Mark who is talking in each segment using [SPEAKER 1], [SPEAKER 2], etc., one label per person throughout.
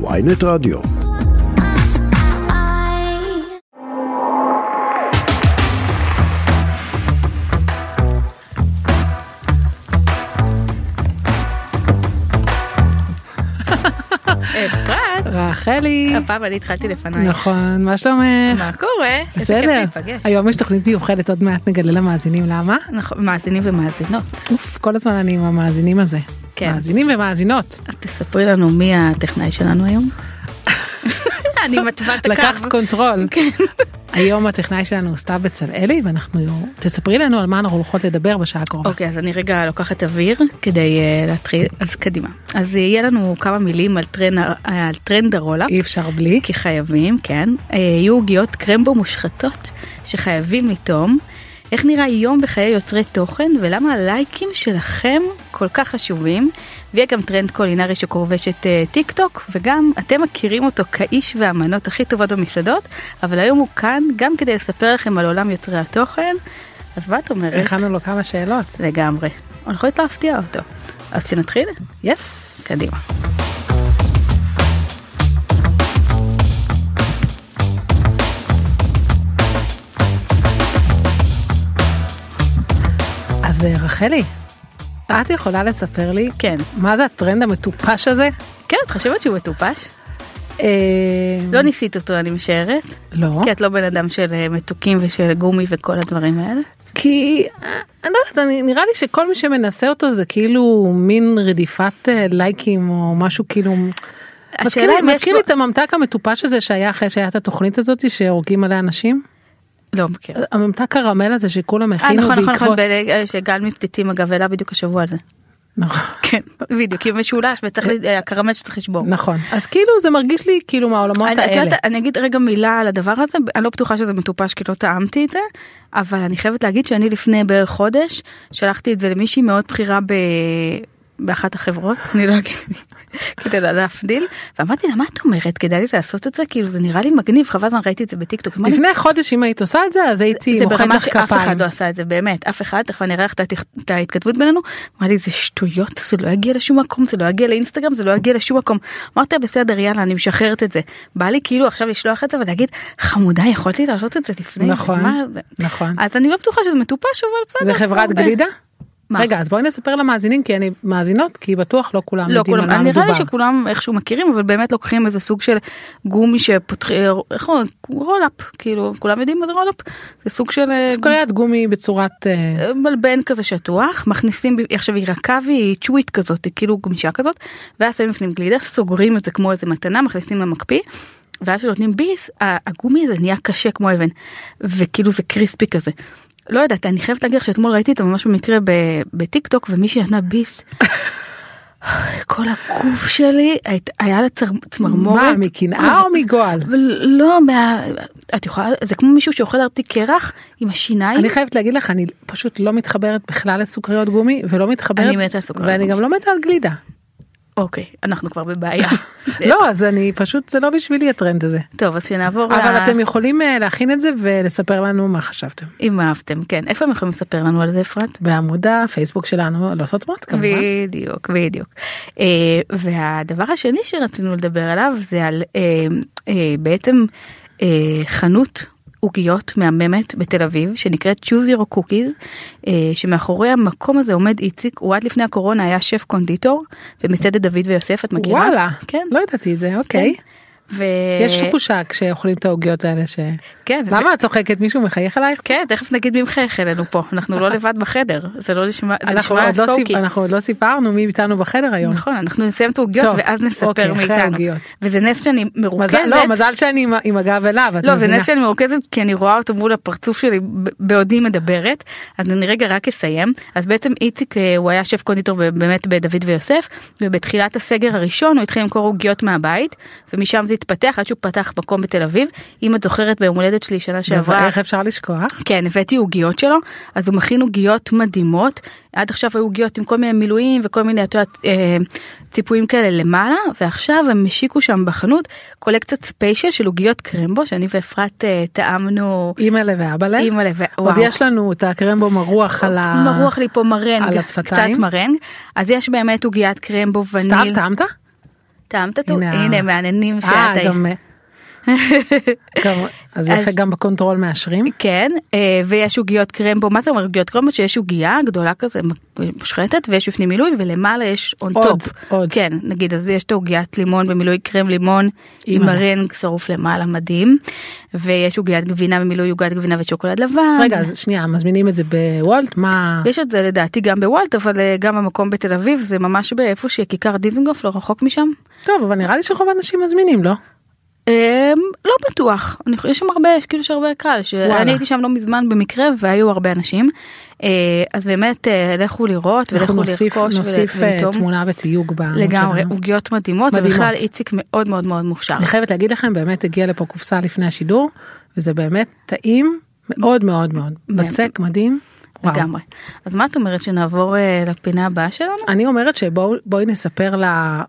[SPEAKER 1] ויינט רדיו.
[SPEAKER 2] אפרת,
[SPEAKER 3] רחלי.
[SPEAKER 2] הפעם אני התחלתי לפנייך.
[SPEAKER 3] נכון, מה שלומך?
[SPEAKER 2] אוקיי. מה קורה? איזה כיף
[SPEAKER 3] בסדר.
[SPEAKER 2] להיפגש.
[SPEAKER 3] היום יש תוכנית מיוחדת, עוד מעט נגלה למאזינים למה.
[SPEAKER 2] נכון, מאזינים ומאזינות.
[SPEAKER 3] אוף, כל הזמן אני עם המאזינים הזה.
[SPEAKER 2] כן.
[SPEAKER 3] מאזינים ומאזינות.
[SPEAKER 2] אז תספרי לנו מי הטכנאי שלנו היום. אני מתווה את הקו.
[SPEAKER 3] לקחת קונטרול.
[SPEAKER 2] כן.
[SPEAKER 3] היום הטכנאי שלנו הוא סתיו בצלאלי ואנחנו, תספרי לנו על מה אנחנו הולכות לדבר בשעה הקרובה.
[SPEAKER 2] אוקיי, אז אני רגע לוקחת אוויר כדי אה, להתחיל, אז קדימה. אז יהיה לנו כמה מילים על טרנד ה- על טרנד הרולאפ.
[SPEAKER 3] אי אפשר בלי.
[SPEAKER 2] כי חייבים, כן. אה, יהיו עוגיות קרמבו מושחתות שחייבים לטעום. איך נראה יום בחיי יוצרי תוכן ולמה הלייקים שלכם כל כך חשובים. ויהיה גם טרנד קולינרי שכובש את אה, טיק טוק וגם אתם מכירים אותו כאיש והמנות הכי טובות במסעדות, אבל היום הוא כאן גם כדי לספר לכם על עולם יוצרי התוכן. אז מה את אומרת?
[SPEAKER 3] הכנו לו כמה שאלות.
[SPEAKER 2] לגמרי. אני יכולת להפתיע אותו. אז שנתחיל?
[SPEAKER 3] כן. יס.
[SPEAKER 2] קדימה.
[SPEAKER 3] אז אה, רחלי, את יכולה לספר לי
[SPEAKER 2] כן.
[SPEAKER 3] מה זה הטרנד המטופש הזה?
[SPEAKER 2] כן, את חושבת שהוא מטופש?
[SPEAKER 3] אה,
[SPEAKER 2] לא ניסית אותו, אני משערת.
[SPEAKER 3] לא.
[SPEAKER 2] כי את לא בן אדם של אה, מתוקים ושל גומי וכל הדברים האלה.
[SPEAKER 3] כי אה, אני לא יודעת, אני- נראה לי שכל מי שמנסה אותו זה כאילו מין רדיפת אה, לייקים או משהו כאילו. מזכיר לי-
[SPEAKER 2] השאלה אם יש
[SPEAKER 3] מזכיר לי
[SPEAKER 2] בו-
[SPEAKER 3] את הממתק המטופש הזה שהיה אחרי שהיה את התוכנית הזאת שהורגים עליה אנשים.
[SPEAKER 2] לא מכיר.
[SPEAKER 3] הממתק קרמל הזה שכולם
[SPEAKER 2] אה
[SPEAKER 3] הכינו
[SPEAKER 2] נכון נכון נכון
[SPEAKER 3] בעקבות.
[SPEAKER 2] בל- אה, שגל מפתיתים אגב העלה בדיוק השבוע הזה.
[SPEAKER 3] נכון.
[SPEAKER 2] כן בדיוק כי הוא משולש וצריך ל- אה, הקרמל שצריך לשבור.
[SPEAKER 3] נכון. אז כאילו זה מרגיש לי כאילו מהעולמות
[SPEAKER 2] אני- את יודעת,
[SPEAKER 3] האלה.
[SPEAKER 2] אני אגיד רגע מילה על הדבר הזה אני לא בטוחה שזה מטופש כי לא טעמתי את זה אבל אני חייבת להגיד שאני לפני בערך חודש שלחתי את זה למישהי מאוד בכירה ב... באחת החברות אני לא אגיד מי, כדי לא להבדיל ואמרתי לה מה את אומרת כדאי לי לעשות את זה כאילו זה נראה לי מגניב חבל הזמן ראיתי את זה בטיקטוק. אמרתי,
[SPEAKER 3] לפני חודש אם היית עושה את זה אז הייתי
[SPEAKER 2] זה
[SPEAKER 3] מוחאת
[SPEAKER 2] ברמה
[SPEAKER 3] לך
[SPEAKER 2] שאף אחד
[SPEAKER 3] כפיים.
[SPEAKER 2] לא עשה את זה באמת אף אחד תכף אני אראה לך את התכ- את ההתכתבות בינינו אמר לי זה שטויות זה לא יגיע לשום מקום זה לא יגיע לאינסטגרם זה לא יגיע לשום מקום אמרת בסדר יאללה אני משחררת את זה בא לי כאילו עכשיו לשלוח את זה ולהגיד חמודה יכולתי לעשות את זה לפני
[SPEAKER 3] נכון.
[SPEAKER 2] מה זה?"
[SPEAKER 3] נכון.
[SPEAKER 2] אז אני לא בטוחה שזה מטופש אבל בסדר
[SPEAKER 3] זה חברת
[SPEAKER 2] אוקיי.
[SPEAKER 3] גלידה?
[SPEAKER 2] מה?
[SPEAKER 3] רגע אז בואי נספר למאזינים כי אני מאזינות כי בטוח לא כולם
[SPEAKER 2] לא
[SPEAKER 3] יודעים על
[SPEAKER 2] כולם
[SPEAKER 3] מה
[SPEAKER 2] נראה לי
[SPEAKER 3] מדובר.
[SPEAKER 2] שכולם איכשהו מכירים אבל באמת לוקחים איזה סוג של גומי שפותחים איך הוא רולאפ כאילו כולם יודעים מה זה רולאפ זה סוג של אה,
[SPEAKER 3] סוכריית גומי בצורת אה,
[SPEAKER 2] מלבן כזה שטוח מכניסים ב- עכשיו היא רכה והיא צ'ווית כזאת היא כאילו גמישה כזאת ואז שמים בפנים גלידה סוגרים את זה כמו איזה מתנה מכניסים למקפיא. ואז כשנותנים ביס ה- הגומי הזה נהיה קשה כמו אבן וכאילו זה קריספי כזה. לא יודעת אני חייבת להגיד לך שאתמול ראיתי את זה ממש במקרה ב- בטיק טוק ומישהי נתנה ביס. כל הגוף שלי היית- היה לה צר- צמרמורת.
[SPEAKER 3] מה מקנאה או מגועל?
[SPEAKER 2] אבל לא מה... את יכולה זה כמו מישהו שאוכל ארתי קרח עם השיניים.
[SPEAKER 3] אני חייבת להגיד לך אני פשוט לא מתחברת בכלל לסוכריות גומי ולא מתחברת
[SPEAKER 2] אני מתה על סוכריות
[SPEAKER 3] ואני
[SPEAKER 2] גומי.
[SPEAKER 3] גם לא מתה על גלידה.
[SPEAKER 2] אוקיי, אנחנו כבר בבעיה.
[SPEAKER 3] לא אז אני פשוט זה לא בשבילי הטרנד הזה.
[SPEAKER 2] טוב, אז שנעבור
[SPEAKER 3] אבל
[SPEAKER 2] ל-
[SPEAKER 3] אתם יכולים אה, להכין את זה ולספר לנו מה חשבתם.
[SPEAKER 2] אם אהבתם, כן. איפה הם יכולים לספר לנו על זה, אפרת?
[SPEAKER 3] בעמוד הפייסבוק שלנו לא סותמות כמובן.
[SPEAKER 2] בדיוק, בדיוק. אה, והדבר השני שרצינו לדבר עליו זה על אה, אה, בעצם אה, חנות עוגיות מהממת בתל אביב שנקראת Choose Your Cookies, אה, שמאחורי המקום הזה עומד איציק, הוא עד לפני הקורונה היה שף קונדיטור במסעדת דוד ויוסף, את מכירה?
[SPEAKER 3] וואלה
[SPEAKER 2] כן.
[SPEAKER 3] לא ידעתי את זה אוקיי
[SPEAKER 2] ו...
[SPEAKER 3] יש תחושה כשאוכלים את העוגיות האלה ש...
[SPEAKER 2] כן, ו-
[SPEAKER 3] למה את צוחקת מישהו מחייך אלייך?
[SPEAKER 2] כן, תכף נגיד מי מחייך אלינו פה, אנחנו לא לבד בחדר, זה לא נשמע, זה
[SPEAKER 3] אנחנו
[SPEAKER 2] נשמע
[SPEAKER 3] עוד לא
[SPEAKER 2] ספוקי.
[SPEAKER 3] סיפ- אנחנו עוד לא סיפרנו מי איתנו בחדר היום.
[SPEAKER 2] נכון, אנחנו נסיים את העוגיות
[SPEAKER 3] טוב,
[SPEAKER 2] ואז
[SPEAKER 3] אוקיי,
[SPEAKER 2] נספר
[SPEAKER 3] אחרי
[SPEAKER 2] מאיתנו.
[SPEAKER 3] העוגיות.
[SPEAKER 2] וזה נס שאני מרוכזת,
[SPEAKER 3] מזל- לא מזל שאני עם- עם הגב אליו. את
[SPEAKER 2] כן, לא, זה
[SPEAKER 3] מבינה.
[SPEAKER 2] נס שאני מרוכזת כי אני רואה אותו מול הפרצוף שלי ב- בעודי מדברת, אז אני רגע רק אסיים. אז בעצם איציק אה, הוא היה שף קונדיטור ב- באמת בדוד ויוסף, ובתחילת הסגר הראשון הוא התחיל למכור עוגיות מהבית, ומשם זה התפתח עד שהוא פתח מקום בתל אביב. אם את זוכרת ביום הולדת שלי שנה שעברה,
[SPEAKER 3] איך אפשר לשכוח?
[SPEAKER 2] כן, הבאתי עוגיות שלו, אז הוא מכין עוגיות מדהימות. עד עכשיו היו עוגיות עם כל מיני מילואים וכל מיני את יודעת, אה, ציפויים כאלה למעלה, ועכשיו הם השיקו שם בחנות קולקציית ספיישל של עוגיות קרמבו, שאני ואפרת אה, טעמנו
[SPEAKER 3] אימא'לה ואבאלה.
[SPEAKER 2] אימא'לה ו...
[SPEAKER 3] עוד
[SPEAKER 2] וואו.
[SPEAKER 3] יש לנו את הקרמבו מרוח על ה...
[SPEAKER 2] מרוח לי פה מרנג,
[SPEAKER 3] על השפתיים?
[SPEAKER 2] קצת מרנג, אז יש באמת עוגיית קרמבו וניל.
[SPEAKER 3] סתיו טעמת?
[SPEAKER 2] טעם תטור,
[SPEAKER 3] הנה ה-
[SPEAKER 2] הנה מהננים
[SPEAKER 3] אה,
[SPEAKER 2] שאת היית.
[SPEAKER 3] גם, גם- אז יפה
[SPEAKER 2] אז-
[SPEAKER 3] גם בקונטרול מאשרים.
[SPEAKER 2] כן, אה, ויש עוגיות קרמבו, מה זה אומר עוגיות קרמבו? שיש עוגייה גדולה כזה מושחתת ויש בפנים מילוי ולמעלה יש און
[SPEAKER 3] עוד,
[SPEAKER 2] טופ.
[SPEAKER 3] עוד.
[SPEAKER 2] כן, נגיד אז יש את העוגיית לימון במילוי קרם לימון עם
[SPEAKER 3] אימא'לה.
[SPEAKER 2] מרנג שרוף למעלה מדהים, ויש עוגיית גבינה במילוי עוגת גבינה ושוקולד לבן.
[SPEAKER 3] רגע, אז שנייה, מזמינים את זה בוולט? מה...
[SPEAKER 2] יש את זה לדעתי גם בוולט אבל אה, גם במקום בתל אביב זה ממש באיפה שכיכר דיזנגוף לא רחוק משם.
[SPEAKER 3] טוב, אבל נראה לי שרוב האנשים מזמינים, לא?
[SPEAKER 2] אמ, לא בטוח אני חושבת- יש שם הרבה יש כאילו שהרבה קהל
[SPEAKER 3] וואלה.
[SPEAKER 2] שאני הייתי שם לא מזמן במקרה והיו הרבה אנשים אה, אז באמת אה, לכו לראות
[SPEAKER 3] אנחנו
[SPEAKER 2] ולכו
[SPEAKER 3] נוסיף,
[SPEAKER 2] לרכוש
[SPEAKER 3] נוסיף
[SPEAKER 2] ול-
[SPEAKER 3] אה,
[SPEAKER 2] ולטעום
[SPEAKER 3] תמונה ותיוג בעמוד
[SPEAKER 2] לגמרי
[SPEAKER 3] שלנו.
[SPEAKER 2] עוגיות מדהימות
[SPEAKER 3] מדהימות.
[SPEAKER 2] ובכלל איציק מאוד מאוד מאוד מוכשר
[SPEAKER 3] אני חייבת להגיד לכם, באמת הגיעה לפה קופסה לפני השידור, וזה באמת טעים מאוד מאוד מאוד. בצק מדהים. וואו.
[SPEAKER 2] לגמרי אז מה את אומרת שנעבור אה, לפינה הבאה שלנו
[SPEAKER 3] אני אומרת שבואי נספר ל- אה,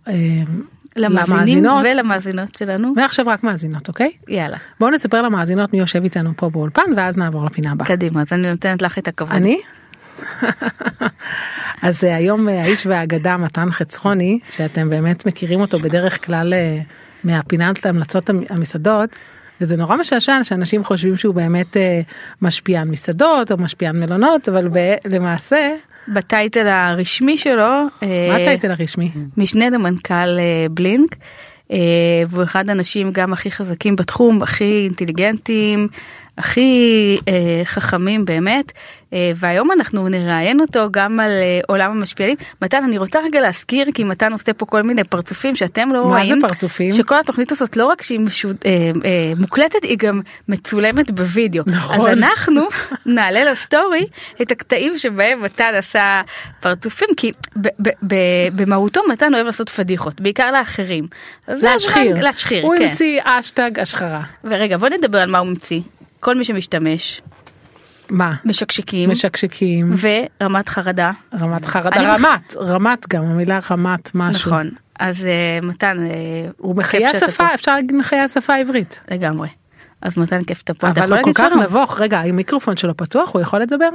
[SPEAKER 2] למאזינים
[SPEAKER 3] למאזינות,
[SPEAKER 2] ולמאזינות שלנו
[SPEAKER 3] מעכשיו רק מאזינות, אוקיי?
[SPEAKER 2] יאללה
[SPEAKER 3] בואו נספר למאזינות מי יושב איתנו פה באולפן, ואז נעבור לפינה הבאה.
[SPEAKER 2] קדימה אז אני נותנת לך את הכבוד
[SPEAKER 3] אני? אז אה, היום אה, האיש והאגדה מתן חצרוני שאתם באמת מכירים אותו בדרך כלל אה, מהפינת המלצות המ- המסעדות וזה נורא משעשע שאנשים חושבים שהוא באמת אה, משפיען מסעדות או משפיען מלונות אבל ב- למעשה
[SPEAKER 2] בטייטל הרשמי שלו
[SPEAKER 3] מה
[SPEAKER 2] אה,
[SPEAKER 3] הטייטל הרשמי?
[SPEAKER 2] משנה למנכ"ל אה, בלינק אה, והוא אחד האנשים גם הכי חזקים בתחום הכי אינטליגנטים הכי אה, חכמים באמת אה, והיום אנחנו נראיין אותו גם על אה, עולם המשפיענים מתן אני רוצה רגע להזכיר כי מתן עושה פה כל מיני פרצופים שאתם לא
[SPEAKER 3] מה זה
[SPEAKER 2] רואים
[SPEAKER 3] פרצופים?
[SPEAKER 2] שכל התוכנית הזאת לא רק שהיא משוד, אה, אה, מוקלטת היא גם מצולמת בווידאו
[SPEAKER 3] נכון.
[SPEAKER 2] אז אנחנו נעלה לסטורי את הקטעים שבהם מתן עשה פרצופים כי ב- ב- ב- במהותו מתן אוהב לעשות פדיחות בעיקר לאחרים. אז זה
[SPEAKER 3] להשחיר.
[SPEAKER 2] הזמן- להשחיר
[SPEAKER 3] הוא
[SPEAKER 2] כן.
[SPEAKER 3] המציא אשטג השחרה.
[SPEAKER 2] ורגע בוא נדבר על מה הוא המציא כל מי שמשתמש
[SPEAKER 3] מה?
[SPEAKER 2] משקשקים
[SPEAKER 3] משקשקים,
[SPEAKER 2] ורמת חרדה
[SPEAKER 3] רמת
[SPEAKER 2] אני
[SPEAKER 3] חרדה, רמת, רמת גם המילה רמת משהו.
[SPEAKER 2] נכון אז אה, מתן אה,
[SPEAKER 3] הוא
[SPEAKER 2] כיף
[SPEAKER 3] מחיי
[SPEAKER 2] שאתה
[SPEAKER 3] השפה, אפשר להגיד מחיי השפה העברית.
[SPEAKER 2] פה. לגמרי. אז מתן כיף שאתה פה אתה
[SPEAKER 3] אבל
[SPEAKER 2] יכול
[SPEAKER 3] הוא כל
[SPEAKER 2] להגיד
[SPEAKER 3] כך
[SPEAKER 2] שלום.
[SPEAKER 3] נבוך רגע המיקרופון שלו פתוח הוא יכול לדבר?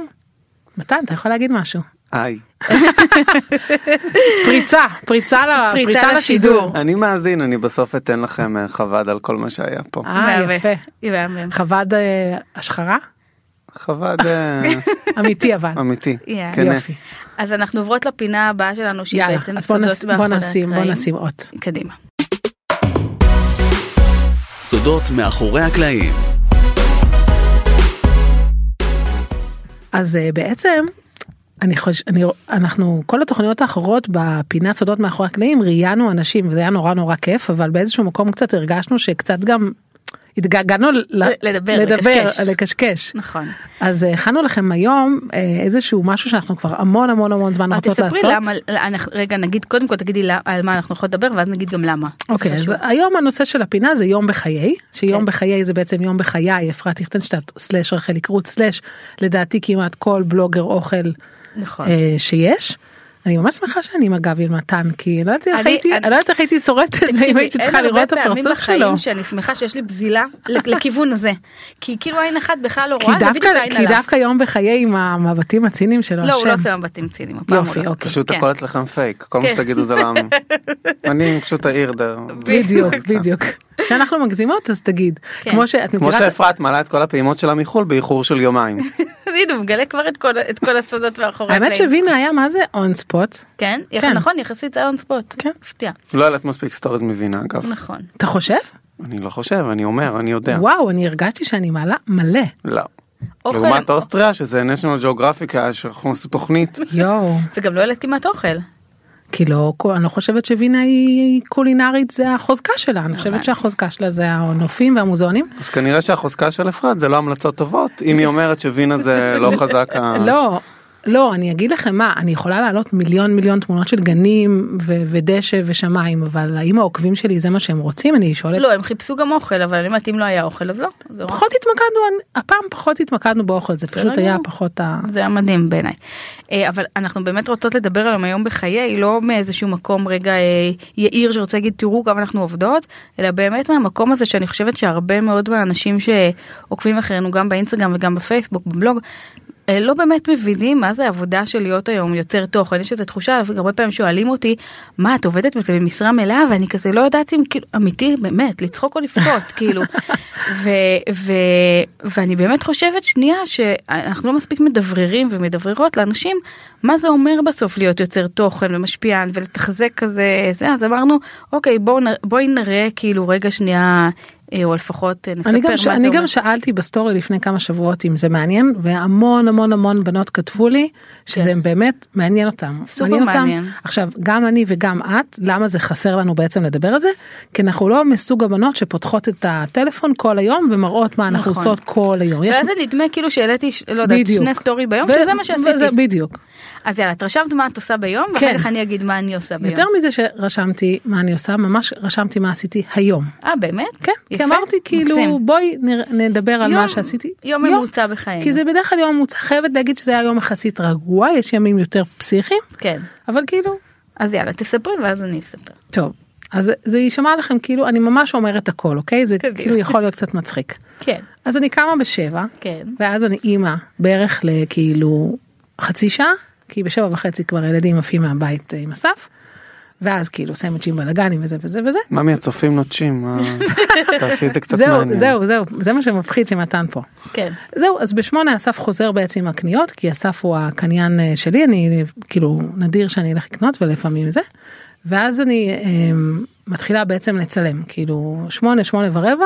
[SPEAKER 3] מתן אתה יכול להגיד משהו
[SPEAKER 1] היי,
[SPEAKER 3] פריצה פריצה
[SPEAKER 2] פריצה
[SPEAKER 3] ל- פריצה
[SPEAKER 2] לשידור.
[SPEAKER 3] לשידור.
[SPEAKER 1] אני מאזין, אני בסוף אתן לכם אה, חוות על כל מה שהיה פה.
[SPEAKER 3] אה
[SPEAKER 2] מהמם.
[SPEAKER 3] יפה
[SPEAKER 2] מהמם.
[SPEAKER 3] חוות אה, השחרה
[SPEAKER 1] חוות אה,
[SPEAKER 3] אמיתי אבל
[SPEAKER 1] אמיתי.
[SPEAKER 2] יאללה.
[SPEAKER 1] כן, אה.
[SPEAKER 3] יופי
[SPEAKER 2] אז אנחנו עוברות לפינה הבאה שלנו שהיא
[SPEAKER 3] יאללה
[SPEAKER 2] בעצם
[SPEAKER 3] אז בוא
[SPEAKER 2] סודות
[SPEAKER 3] נס- בוא
[SPEAKER 2] מאחורי
[SPEAKER 3] נשים בוא
[SPEAKER 2] הקלעים.
[SPEAKER 3] נשים אות
[SPEAKER 2] קדימה.
[SPEAKER 4] סודות מאחורי הקלעים.
[SPEAKER 3] אז אה, בעצם אני חושב אני אנחנו כל התוכניות האחרות בפינה סודות מאחורי הקלעים ראיינו אנשים וזה היה נורא נורא כיף אבל באיזשהו מקום קצת הרגשנו שקצת גם התגעגענו ל-
[SPEAKER 2] לדבר,
[SPEAKER 3] לדבר
[SPEAKER 2] לקשקש.
[SPEAKER 3] לקשקש.
[SPEAKER 2] נכון.
[SPEAKER 3] אז אה, הכנו לכם היום אה, איזשהו משהו שאנחנו כבר המון המון המון זמן
[SPEAKER 2] אבל
[SPEAKER 3] רוצות
[SPEAKER 2] אה, תספרי
[SPEAKER 3] לעשות.
[SPEAKER 2] למה, אנחנו- רגע נגיד קודם כל תגידי לה- על מה אנחנו יכולות לדבר ואז נגיד גם למה.
[SPEAKER 3] אוקיי,
[SPEAKER 2] זה
[SPEAKER 3] אז
[SPEAKER 2] חשוב.
[SPEAKER 3] היום הנושא של הפינה זה יום בחיי, שיום
[SPEAKER 2] כן.
[SPEAKER 3] בחיי זה בעצם יום בחיי, אפרת ליכטנשטט, סלאש רחלי קרוץ, סלאש לדעתי כמעט כל בלוגר אוכל
[SPEAKER 2] נכון.
[SPEAKER 3] אה, שיש. אני ממש שמחה שאני עם הגב עם מתן, כי לא יודעת איך
[SPEAKER 2] אני-
[SPEAKER 3] הייתי-
[SPEAKER 2] אני-
[SPEAKER 3] אני לא יודעת איך הייתי שורדת את זה אם
[SPEAKER 2] תקשיבי,
[SPEAKER 3] הייתי צריכה
[SPEAKER 2] אין הרבה
[SPEAKER 3] לראות את
[SPEAKER 2] פעמים
[SPEAKER 3] הפרצוף
[SPEAKER 2] בחיים
[SPEAKER 3] שלו.
[SPEAKER 2] שאני שמחה שיש לי בזילה ל- לכיוון הזה. כי כאילו עין אחת בכלל לא
[SPEAKER 3] כי
[SPEAKER 2] רואה, זה
[SPEAKER 3] דווקא-
[SPEAKER 2] בדיוק העין
[SPEAKER 3] כי
[SPEAKER 2] עליו.
[SPEAKER 3] דווקא יום בחיי עם המבטים הציניים שלו,
[SPEAKER 2] לא, הוא לא
[SPEAKER 3] השם.
[SPEAKER 2] עושה מבטים ציניים. הפעם
[SPEAKER 3] יופי,
[SPEAKER 2] הוא לא
[SPEAKER 3] אוקיי.
[SPEAKER 2] עושה.
[SPEAKER 1] פשוט
[SPEAKER 2] כן.
[SPEAKER 1] הכל אצלכם פייק, כל מה
[SPEAKER 2] כן.
[SPEAKER 1] שתגידו זה לעם. אני פשוט העיר דר.
[SPEAKER 3] בדיוק,
[SPEAKER 1] קצת.
[SPEAKER 3] בדיוק. כשאנחנו מגזימות אז תגיד.
[SPEAKER 2] כן.
[SPEAKER 3] כמו שאת
[SPEAKER 1] כמו
[SPEAKER 3] מכירה... את-
[SPEAKER 1] שאפרת מעלה את כל הפעימות שלה מחול באיחור של יומיים.
[SPEAKER 2] הנה, הוא מגלה כבר את כל- את כל הסודות מאחורי
[SPEAKER 3] האמת
[SPEAKER 2] הקלעים.
[SPEAKER 3] שווינה היה מה זה און ספוט
[SPEAKER 2] כן? יח-
[SPEAKER 3] כן.
[SPEAKER 2] נכון, יחסית זה און ספוט.
[SPEAKER 3] כן.
[SPEAKER 2] הפתיע.
[SPEAKER 1] לא העלת מספיק סטוריז מבינה אגב.
[SPEAKER 2] נכון.
[SPEAKER 3] אתה חושב
[SPEAKER 1] אני לא חושב, אני אומר, אני יודע.
[SPEAKER 3] וואו אני הרגשתי שאני מעלה מלא
[SPEAKER 1] לא.
[SPEAKER 2] אוכל-
[SPEAKER 1] לעומת אוסטריה שזה national geographic היה שאנחנו עשו תוכנית.
[SPEAKER 3] יואו
[SPEAKER 2] וגם לא העלית כמעט אוכל.
[SPEAKER 3] כי לא אני לא חושבת שווינה היא קולינרית זה החוזקה שלה
[SPEAKER 2] לא
[SPEAKER 3] אני חושבת שהחוזקה שלה זה הנופים והמוזיאונים
[SPEAKER 1] אז כנראה שהחוזקה של אפרת זה לא המלצות טובות אם היא אומרת שווינה זה לא חזק. ה-
[SPEAKER 3] לא. לא אני אגיד לכם מה אני יכולה להעלות מיליון מיליון תמונות של גנים ו- ודשא ושמיים אבל האם העוקבים שלי זה מה שהם רוצים אני שואלת
[SPEAKER 2] לא, הם חיפשו גם אוכל, אבל אני אומרת, אם לא היה אוכל, אז לא. כן, זה רק-
[SPEAKER 3] פחות התמקדנו הפעם פחות התמקדנו באוכל זה פשוט היה
[SPEAKER 2] גמור.
[SPEAKER 3] פחות ה...
[SPEAKER 2] זה היה מדהים בעיניי. אה, אבל אנחנו באמת רוצות לדבר עליהם היום בחיי, לא מאיזשהו מקום רגע אה, יאיר שרוצה להגיד תראו כמה אנחנו עובדות, אלא באמת מהמקום הזה שאני חושבת שהרבה מאוד מהאנשים שעוקבים אחרינו גם באינסטגרם וגם בפייסבוק, בבלוג, אה, אה, לא באמת מבינים מה זה עבודה של להיות היום יוצר תוכן, יש איזו תחושה, הרבה פעמים שואלים אותי, מה את עובדת בזה במשרה מלאה ואני כזה לא יודעת אם כאילו אמיתי באמת לצחוק או לבכות כאילו, ו, ו, ואני באמת חושבת שנייה שאנחנו לא מספיק מדבררים ומדבררות לאנשים מה זה אומר בסוף להיות יוצר תוכן ומשפיען ולתחזק כזה זה אז אמרנו אוקיי בואו נ- בואי נראה כאילו רגע שנייה אה, או לפחות אה, נספר
[SPEAKER 3] אני גם,
[SPEAKER 2] מה
[SPEAKER 3] ש...
[SPEAKER 2] זה
[SPEAKER 3] אני
[SPEAKER 2] אומר.
[SPEAKER 3] גם שאלתי בסטורי לפני כמה שבועות אם זה מעניין והמון המון המון בנות כתבו לי שזה באמת מעניין אותם.
[SPEAKER 2] כן. סופר
[SPEAKER 3] אותם.
[SPEAKER 2] מעניין.
[SPEAKER 3] עכשיו גם אני וגם את למה זה חסר לנו בעצם לדבר על זה כי אנחנו לא מסוג הבנות שפותחות את הטלפון כל היום ומראות מה אנחנו
[SPEAKER 2] נכון.
[SPEAKER 3] עושות כל היום. יש-
[SPEAKER 2] ואז זה נדמה כאילו שהעליתי ש- לא יודעת
[SPEAKER 3] בדיוק.
[SPEAKER 2] שני סטורי ביום
[SPEAKER 3] ו-
[SPEAKER 2] שזה מה שעשיתי
[SPEAKER 3] וזה בדיוק.
[SPEAKER 2] אז יאללה את רשמת מה את עושה ביום
[SPEAKER 3] כן.
[SPEAKER 2] ואחר כך אני אגיד מה אני עושה ביום.
[SPEAKER 3] יותר מזה שרשמתי מה אני עושה ממש רשמתי מה עשיתי היום.
[SPEAKER 2] אה באמת?
[SPEAKER 3] כן, כי
[SPEAKER 2] יפה,
[SPEAKER 3] אמרתי כאילו
[SPEAKER 2] מקסים.
[SPEAKER 3] בואי נר- נדבר על
[SPEAKER 2] יום-
[SPEAKER 3] מה שעשיתי.
[SPEAKER 2] יום ממוצע בחיים.
[SPEAKER 3] כי זה בדרך כלל יום ממוצע, חייבת להגיד שזה היה יום יחסית רגוע, יש ימים יותר פסיכיים,
[SPEAKER 2] כן.
[SPEAKER 3] אבל כאילו,
[SPEAKER 2] אז יאללה תספרי ואז אני אספר.
[SPEAKER 3] טוב. אז זה יישמע לכם כאילו, אני ממש אומרת הכל, אוקיי? זה
[SPEAKER 2] קדימה.
[SPEAKER 3] כאילו יכול להיות קצת מצחיק.
[SPEAKER 2] כן.
[SPEAKER 3] אז אני קמה בשבע,
[SPEAKER 2] כן.
[SPEAKER 3] ואז אני אימא בערך לכאילו חצי שעה, כי בשבע וחצי כבר הילדים עפים מהבית אה, עם אסף, ואז כאילו סמג'ים בלאגנים וזה וזה וזה.
[SPEAKER 1] מה מהצופים נוטשים? מה- תעשי את זה קצת
[SPEAKER 3] זהו,
[SPEAKER 1] מעניין.
[SPEAKER 3] זהו, זהו, זה מה שמפחיד שמתן פה.
[SPEAKER 2] כן.
[SPEAKER 3] זהו אז בשמונה אסף חוזר בעצם עם הקניות כי אסף הוא הקניין אה, שלי אני כאילו נדיר שאני אלך לקנות ולפעמים זה. ואז אני אה, מתחילה בעצם לצלם כאילו שמונה שמונה ורבע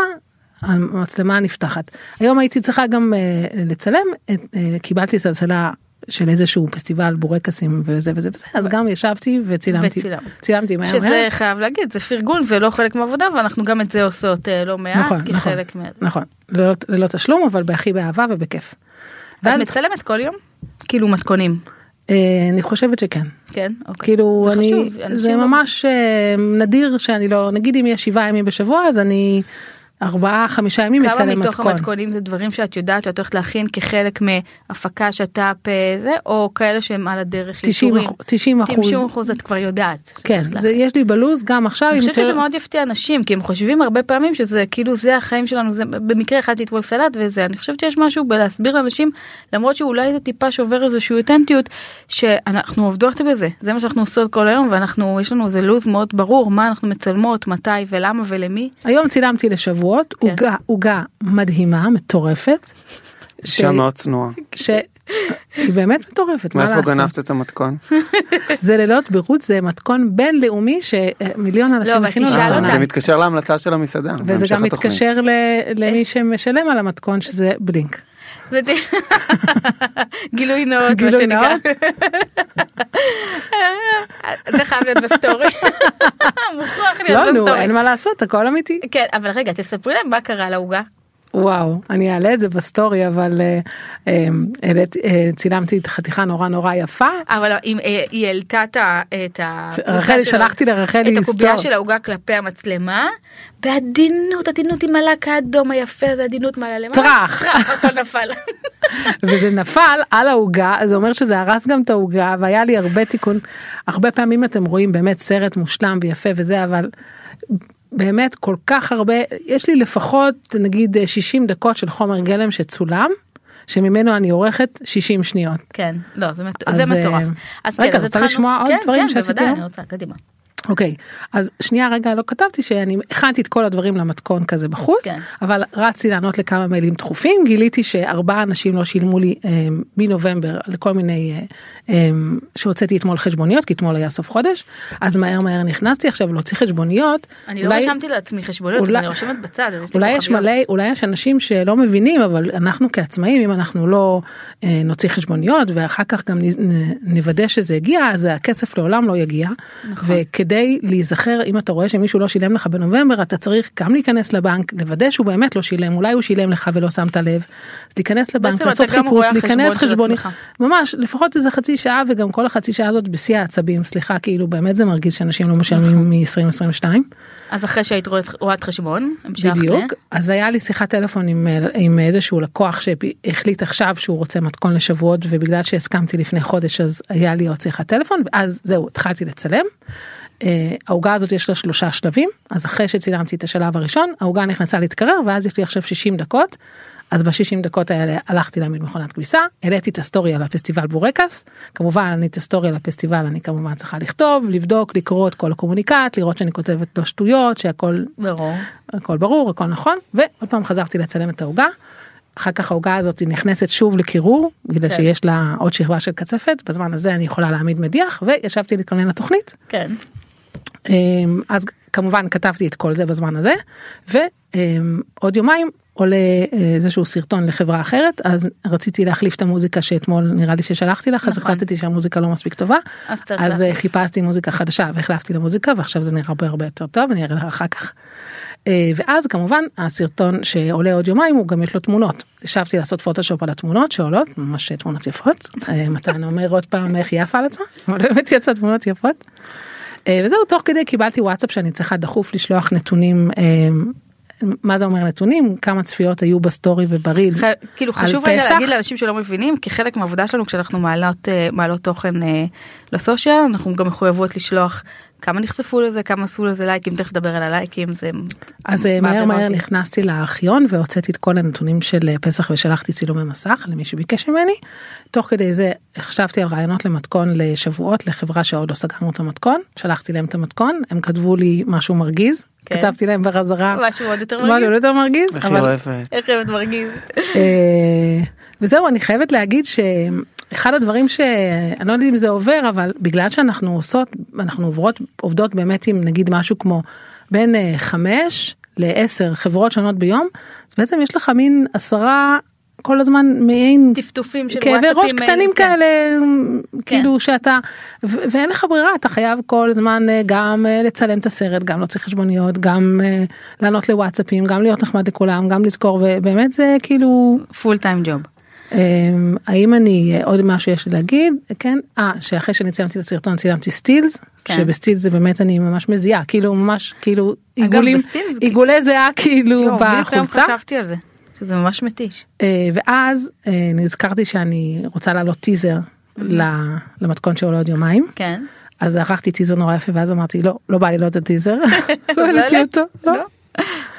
[SPEAKER 3] המצלמה נפתחת היום הייתי צריכה גם אה, לצלם את, אה, קיבלתי סלסלה. של איזשהו פסטיבל בורקסים וזה וזה וזה אז גם ישבתי וצילמתי
[SPEAKER 2] וצילמת.
[SPEAKER 3] צילמתי מהר
[SPEAKER 2] שזה
[SPEAKER 3] מהר.
[SPEAKER 2] חייב להגיד זה פרגון ולא חלק מהעבודה ואנחנו גם את זה עושות אה, לא מעט
[SPEAKER 3] נכון נכון
[SPEAKER 2] כחלק מה...
[SPEAKER 3] נכון ללא, ללא תשלום אבל בהכי באהבה ובכיף.
[SPEAKER 2] את
[SPEAKER 3] ואז
[SPEAKER 2] מצלמת כל יום? כאילו מתכונים.
[SPEAKER 3] אה, אני חושבת שכן
[SPEAKER 2] כן? אוקיי.
[SPEAKER 3] כאילו
[SPEAKER 2] זה
[SPEAKER 3] אני
[SPEAKER 2] חשוב,
[SPEAKER 3] זה
[SPEAKER 2] אנשים לא-
[SPEAKER 3] ממש אה, נדיר שאני לא נגיד אם יש שבעה ימים בשבוע אז אני ארבעה חמישה ימים
[SPEAKER 2] לא- כמה
[SPEAKER 3] אצלם
[SPEAKER 2] מתוך
[SPEAKER 3] מתכון.
[SPEAKER 2] המתכונים זה דברים שאת יודעת שאת הולכת להכין כחלק מהפקה שת"פ אה, זה או כאלה שהם על הדרך
[SPEAKER 3] 90
[SPEAKER 2] אישורים?
[SPEAKER 3] אחוז- 90 אחוז
[SPEAKER 2] 90 אחוז את כבר יודעת. שאת
[SPEAKER 3] כן
[SPEAKER 2] הולכת
[SPEAKER 3] זה
[SPEAKER 2] להכין.
[SPEAKER 3] יש לי בלוז גם עכשיו
[SPEAKER 2] אני
[SPEAKER 3] אם
[SPEAKER 2] חושבת
[SPEAKER 3] תראה-
[SPEAKER 2] שזה מאוד יפתיע אנשים כי הם חושבים הרבה פעמים שזה כאילו זה החיים שלנו זה במקרה אחד תטבול סלט וזה אני חושבת שיש משהו בלהסביר לאנשים למרות שאולי זה טיפה שובר איזושהי אותנטיות שאנחנו עובדות בזה זה מה שאנחנו עושות כל היום ואנחנו יש לנו איזה לו"ז מאוד ברור מה אנחנו מצלמות מתי ולמה ולמי
[SPEAKER 3] היום צילמתי לשבועות
[SPEAKER 2] כן.
[SPEAKER 3] עוגה עוגה מדהימה מטורפת.
[SPEAKER 1] אישה מאוד צנועה.
[SPEAKER 3] שהיא באמת מטורפת מה
[SPEAKER 1] מאיפה
[SPEAKER 3] לעשות
[SPEAKER 1] גנבת את המתכון?
[SPEAKER 3] זה ללא תירוץ זה מתכון בינלאומי שמיליון אנשים
[SPEAKER 2] לא, אבל
[SPEAKER 3] הכינו
[SPEAKER 2] תשאל
[SPEAKER 3] לעצמם.
[SPEAKER 1] אה,
[SPEAKER 2] אותה.
[SPEAKER 1] זה מתקשר להמלצה של המסעדה.
[SPEAKER 3] וזה
[SPEAKER 1] בהמשך
[SPEAKER 3] גם
[SPEAKER 1] התוכנית.
[SPEAKER 3] מתקשר ל- למי שמשלם על המתכון שזה בלינק.
[SPEAKER 2] וזה- גילוי נאות מה
[SPEAKER 3] גילוי
[SPEAKER 2] שנקרא. זה חייב להיות בסטורי. מוכרח
[SPEAKER 3] לא
[SPEAKER 2] להיות
[SPEAKER 3] נו
[SPEAKER 2] בסטורי.
[SPEAKER 3] אין מה לעשות הכל אמיתי.
[SPEAKER 2] כן אבל רגע תספרי להם מה קרה לעוגה.
[SPEAKER 3] וואו אני אעלה את זה בסטורי אבל אה, אה, העליתי- אה, צילמתי את חתיכה נורא נורא יפה.
[SPEAKER 2] אבל אם אה, היא העלתה את ה... את ה-
[SPEAKER 3] רחלי,
[SPEAKER 2] של ה-
[SPEAKER 3] שלחתי לרחלי
[SPEAKER 2] את הקובייה
[SPEAKER 3] לסתור.
[SPEAKER 2] של העוגה כלפי המצלמה בעדינות עדינות עם הלק האדום היפה הזה עדינות מעלה למעלה.
[SPEAKER 3] טראח.
[SPEAKER 2] טראח הכל נפל.
[SPEAKER 3] וזה נפל על העוגה אז זה אומר שזה הרס גם את העוגה והיה לי הרבה תיקון הרבה פעמים אתם רואים באמת סרט מושלם ויפה וזה אבל באמת כל כך הרבה יש לי לפחות נגיד אה, 60 דקות של חומר גלם שצולם שממנו אני עורכת 60 שניות.
[SPEAKER 2] כן לא זה מט-
[SPEAKER 3] אז,
[SPEAKER 2] זה מטורף.
[SPEAKER 3] אה,
[SPEAKER 2] אז
[SPEAKER 3] רגע,
[SPEAKER 2] כן, אז
[SPEAKER 3] רוצה
[SPEAKER 2] התחלנו-
[SPEAKER 3] לשמוע עוד
[SPEAKER 2] כן,
[SPEAKER 3] דברים
[SPEAKER 2] כן
[SPEAKER 3] שעשיתי
[SPEAKER 2] בוודאי
[SPEAKER 3] היום?
[SPEAKER 2] אני רוצה קדימה.
[SPEAKER 3] אוקיי אז שנייה רגע לא כתבתי שאני הכנתי את כל הדברים למתכון כזה בחוץ
[SPEAKER 2] כן.
[SPEAKER 3] אבל רצתי לענות לכמה מיילים דחופים גיליתי שארבעה אנשים לא שילמו לי אה, מנובמבר לכל מיני אה, אה, שהוצאתי אתמול חשבוניות כי אתמול היה סוף חודש אז מהר מהר נכנסתי עכשיו להוציא חשבוניות.
[SPEAKER 2] אני לא
[SPEAKER 3] אולי-
[SPEAKER 2] רשמתי לעצמי חשבוניות אז
[SPEAKER 3] אולי-
[SPEAKER 2] אני רושמת בצד. אבל לי
[SPEAKER 3] אולי יש
[SPEAKER 2] כוכביות.
[SPEAKER 3] מלא אולי יש אנשים שלא מבינים אבל אנחנו כעצמאים אם אנחנו לא אה, נוציא חשבוניות ואחר כך גם נ- נ- נוודא שזה הגיע אז הכסף לעולם לא יגיע.
[SPEAKER 2] נכון.
[SPEAKER 3] וכדי להיזכר אם אתה רואה שמישהו לא שילם לך בנובמבר אתה צריך גם להיכנס לבנק לוודא שהוא באמת לא שילם אולי הוא שילם לך ולא שמת לב. אז תיכנס לבנק
[SPEAKER 2] בעצם
[SPEAKER 3] לעשות
[SPEAKER 2] אתה גם
[SPEAKER 3] חיפוש
[SPEAKER 2] רואה חשבון
[SPEAKER 3] להיכנס
[SPEAKER 2] של
[SPEAKER 3] חשבונית
[SPEAKER 2] עצמך.
[SPEAKER 3] ממש לפחות איזה חצי שעה וגם כל החצי שעה הזאת בשיא העצבים סליחה כאילו באמת זה מרגיש שאנשים לא
[SPEAKER 2] נכון.
[SPEAKER 3] משלמים מ-2022.
[SPEAKER 2] אז אחרי שהיית רואה- רואת חשבון. המשכת ל-
[SPEAKER 3] בדיוק אז היה לי שיחת טלפון עם, אה, עם איזשהו לקוח שהחליט עכשיו שהוא רוצה מתכון לשבועות ובגלל שהסכמתי לפני חודש אז היה לי עוד שיחת טלפון ואז זהו התחלתי לצלם. אה, העוגה הזאת יש לה שלושה שלבים אז אחרי שצילמתי את השלב הראשון העוגה נכנסה להתקרר ואז יש לי עכשיו 60 דקות אז ב-60 דקות האלה הלכתי להעמיד מכונת כביסה, העליתי את הסטורי על הפסטיבל בורקס, כמובן אני את הסטורי על הפסטיבל אני כמובן צריכה לכתוב, לבדוק, לקרוא את כל הקומוניקט, לראות שאני כותבת לא שטויות, שהכל
[SPEAKER 2] ברור.
[SPEAKER 3] הכל ברור, הכל נכון, ועוד פעם חזרתי לצלם את העוגה. אחר כך העוגה הזאת היא נכנסת שוב לקירור, בגלל
[SPEAKER 2] כן.
[SPEAKER 3] שיש לה עוד שכבה של קצפת, בזמן הזה אני יכולה להעמיד מדיח, וישבתי להתכונן לתוכנית.
[SPEAKER 2] כן.
[SPEAKER 3] אמ, אז כמובן כתבתי את כל זה בזמן הזה ועוד יומיים עולה אה, איזשהו סרטון לחברה אחרת אז רציתי להחליף את המוזיקה שאתמול נראה לי ששלחתי לך אז
[SPEAKER 2] נכון.
[SPEAKER 3] החלטתי שהמוזיקה לא מספיק טובה
[SPEAKER 2] אז צריך
[SPEAKER 3] אז אה,
[SPEAKER 2] להחליף.
[SPEAKER 3] חיפשתי מוזיקה חדשה והחלפתי למוזיקה ועכשיו זה נראה הרבה הרבה יותר טוב אני אראה לך אחר כך. אה, ואז כמובן הסרטון שעולה עוד יומיים הוא גם יש לו תמונות ישבתי לעשות פוטושופ על התמונות שעולות ממש תמונות יפות אה, מתן אומר עוד פעם איך היא יפה על עצמה אבל באמת יצא תמונות יפות. אה, וזהו תוך כדי קיבלתי וואטסאפ שאני צריכה דחוף לשלוח נתונים אה, מה זה אומר נתונים כמה צפיות היו בסטורי ובריל
[SPEAKER 2] ח- כאילו
[SPEAKER 3] על
[SPEAKER 2] חשוב רגע
[SPEAKER 3] פסח.
[SPEAKER 2] להגיד לאנשים שלא מבינים כי חלק מהעבודה שלנו כשאנחנו מעלות אה, מעלות תוכן אה, לסושיאל אנחנו גם מחויבות לשלוח כמה נחשפו לזה כמה עשו לזה לייקים תכף נדבר על הלייקים זה
[SPEAKER 3] אז
[SPEAKER 2] מה
[SPEAKER 3] אה, מהר
[SPEAKER 2] אתם
[SPEAKER 3] מהר
[SPEAKER 2] אמרתי?
[SPEAKER 3] נכנסתי לארכיון והוצאתי את כל הנתונים של אה, פסח ושלחתי צילומי מסך למי שביקש ממני. תוך כדי זה חשבתי על רעיונות למתכון לשבועות לחברה שעוד לא סגרנו את המתכון שלחתי להם את המתכון הם כתבו לי משהו מרגיז
[SPEAKER 2] כן.
[SPEAKER 3] כתבתי להם בחזרה
[SPEAKER 2] משהו עוד יותר
[SPEAKER 3] משהו
[SPEAKER 2] מרגיז.
[SPEAKER 3] יותר מרגיז
[SPEAKER 1] איך היא
[SPEAKER 3] אבל
[SPEAKER 1] אוהבת.
[SPEAKER 2] איך באמת מרגיז.
[SPEAKER 3] אה, וזהו אני חייבת להגיד שאחד הדברים שאני לא יודעת אם זה עובר אבל בגלל שאנחנו עושות אנחנו עוברות עובדות באמת עם נגיד משהו כמו בין אה, חמש לעשר חברות שונות ביום אז בעצם יש לך מין עשרה כל הזמן מעין
[SPEAKER 2] טפטופים של
[SPEAKER 3] כאבי ראש
[SPEAKER 2] וואטסאפים,
[SPEAKER 3] קטנים
[SPEAKER 2] כן.
[SPEAKER 3] כאלה כאילו שאתה ו- ואין לך ברירה אתה חייב כל הזמן אה, גם אה, לצלם את הסרט גם להוציא חשבוניות גם אה, לענות לוואטסאפים גם להיות נחמד לכולם גם לזכור ובאמת זה כאילו
[SPEAKER 2] פול טיים ג'וב.
[SPEAKER 3] אמ, האם אני עוד משהו יש לי להגיד כן אה שאחרי שאני צילמתי את הסרטון צילמתי סטילס
[SPEAKER 2] כן.
[SPEAKER 3] שבסטילס זה באמת אני ממש מזיעה כאילו ממש כאילו
[SPEAKER 2] אגב,
[SPEAKER 3] עיגולים
[SPEAKER 2] בסטילס-
[SPEAKER 3] עיגולי זיעה כאילו
[SPEAKER 2] יואו, בדיוק היום
[SPEAKER 3] בחולצה.
[SPEAKER 2] חשבתי על זה שזה ממש מתיש.
[SPEAKER 3] אה, ואז אה, נזכרתי שאני רוצה להעלות טיזר ל- למתכון שעולה עוד יומיים
[SPEAKER 2] כן.
[SPEAKER 3] אז ערכתי טיזר נורא יפה ואז אמרתי לא לא בא לי לא את הטיזר לא
[SPEAKER 2] לא
[SPEAKER 3] העליתי
[SPEAKER 2] העלית?
[SPEAKER 3] אותו. לא.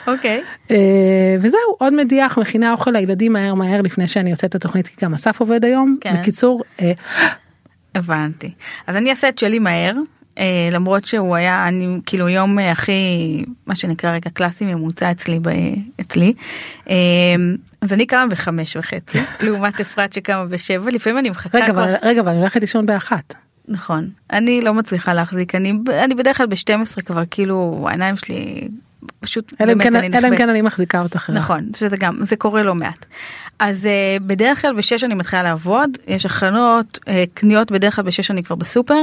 [SPEAKER 2] אוקיי.
[SPEAKER 3] אה, וזהו עוד מדיח מכינה אוכל לילדים מהר מהר לפני שאני יוצאת לתוכנית כי גם אסף עובד היום
[SPEAKER 2] כן.
[SPEAKER 3] בקיצור אה,
[SPEAKER 2] הבנתי. אז אני אעשה את שלי מהר, אה, למרות שהוא היה, אני כאילו יום אה, הכי, מה שנקרא רגע קלאסי ממוצע אצלי, ב, אצלי. אה, אז אני קמה בחמש וחצי, לעומת אפרת שקמה בשבע, לפעמים אני מחכה
[SPEAKER 3] רגע
[SPEAKER 2] כבר,
[SPEAKER 3] אבל רגע אבל אני הולכת לישון באחת.
[SPEAKER 2] נכון, אני לא מצליחה להחזיק, אני, אני בדרך כלל ב-12 כבר, כאילו העיניים שלי, פשוט,
[SPEAKER 3] אלא אם
[SPEAKER 2] באמת
[SPEAKER 3] כן-
[SPEAKER 2] אני
[SPEAKER 3] אלא אם
[SPEAKER 2] נחבאת.
[SPEAKER 3] כן אני מחזיקה אותך. רע.
[SPEAKER 2] נכון שזה גם זה קורה לא מעט אז אה, בדרך כלל בשש אני מתחילה לעבוד יש הכנות אה, קניות בדרך כלל בשש אני כבר בסופר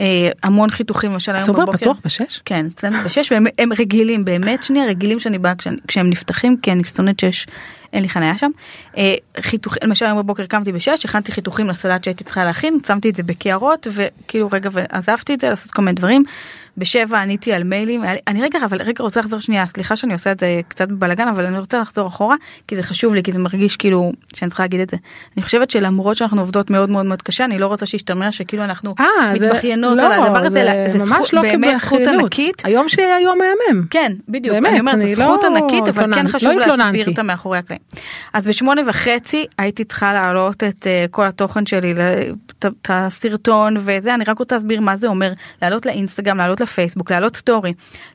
[SPEAKER 2] אה, המון חיתוכים למשל היום
[SPEAKER 3] הסופר
[SPEAKER 2] בבוקר.
[SPEAKER 3] פתוח בשש?
[SPEAKER 2] כן אצלנו בשש והם הם רגילים באמת שנייה רגילים שאני באה כשאני- כשהם נפתחים כי אני שונאת שיש אין לי חניה שם. אה, חיתוכים למשל היום בבוקר קמתי בשש הכנתי חיתוכים לסלט שהייתי צריכה להכין שמתי את זה בקערות וכאילו רגע ועזבתי את זה לעשות כל מיני דברים. בשבע עניתי על מיילים היה לי- אני רגע אבל רגע רוצה לחזור שנייה סליחה שאני עושה את זה קצת בבלאגן אבל אני רוצה לחזור אחורה כי זה חשוב לי כי זה מרגיש כאילו שאני צריכה להגיד את זה. אני חושבת שלמרות שאנחנו עובדות מאוד מאוד מאוד קשה אני לא רוצה שישתמע שכאילו אנחנו
[SPEAKER 3] אה, זה-
[SPEAKER 2] מתבכיינות
[SPEAKER 3] לא,
[SPEAKER 2] על הדבר הזה אלא זה
[SPEAKER 3] ממש
[SPEAKER 2] זכות-
[SPEAKER 3] לא
[SPEAKER 2] באמת זכות
[SPEAKER 3] כבכיינות.
[SPEAKER 2] ענקית
[SPEAKER 3] היום שיהיה יום מהמם.
[SPEAKER 2] כן, בדיוק.
[SPEAKER 3] באמת,
[SPEAKER 2] אני אומרת, זו
[SPEAKER 3] אני
[SPEAKER 2] זכות
[SPEAKER 3] לא
[SPEAKER 2] ענקית, אבל כן
[SPEAKER 3] התלוננתי,
[SPEAKER 2] חשוב
[SPEAKER 3] לא
[SPEAKER 2] להסביר
[SPEAKER 3] התלוננתי.
[SPEAKER 2] אותה מאחורי הקלעים. אז בשמונה וחצי הייתי צריכה להעלות את אה, כל התוכן שלי, ל- את ה- את הסרטון וזה, אני רק רוצה להסביר מה זה אומר, לעלות לאינסטגרם, לעלות לפייסבוק, לעלות סטורי,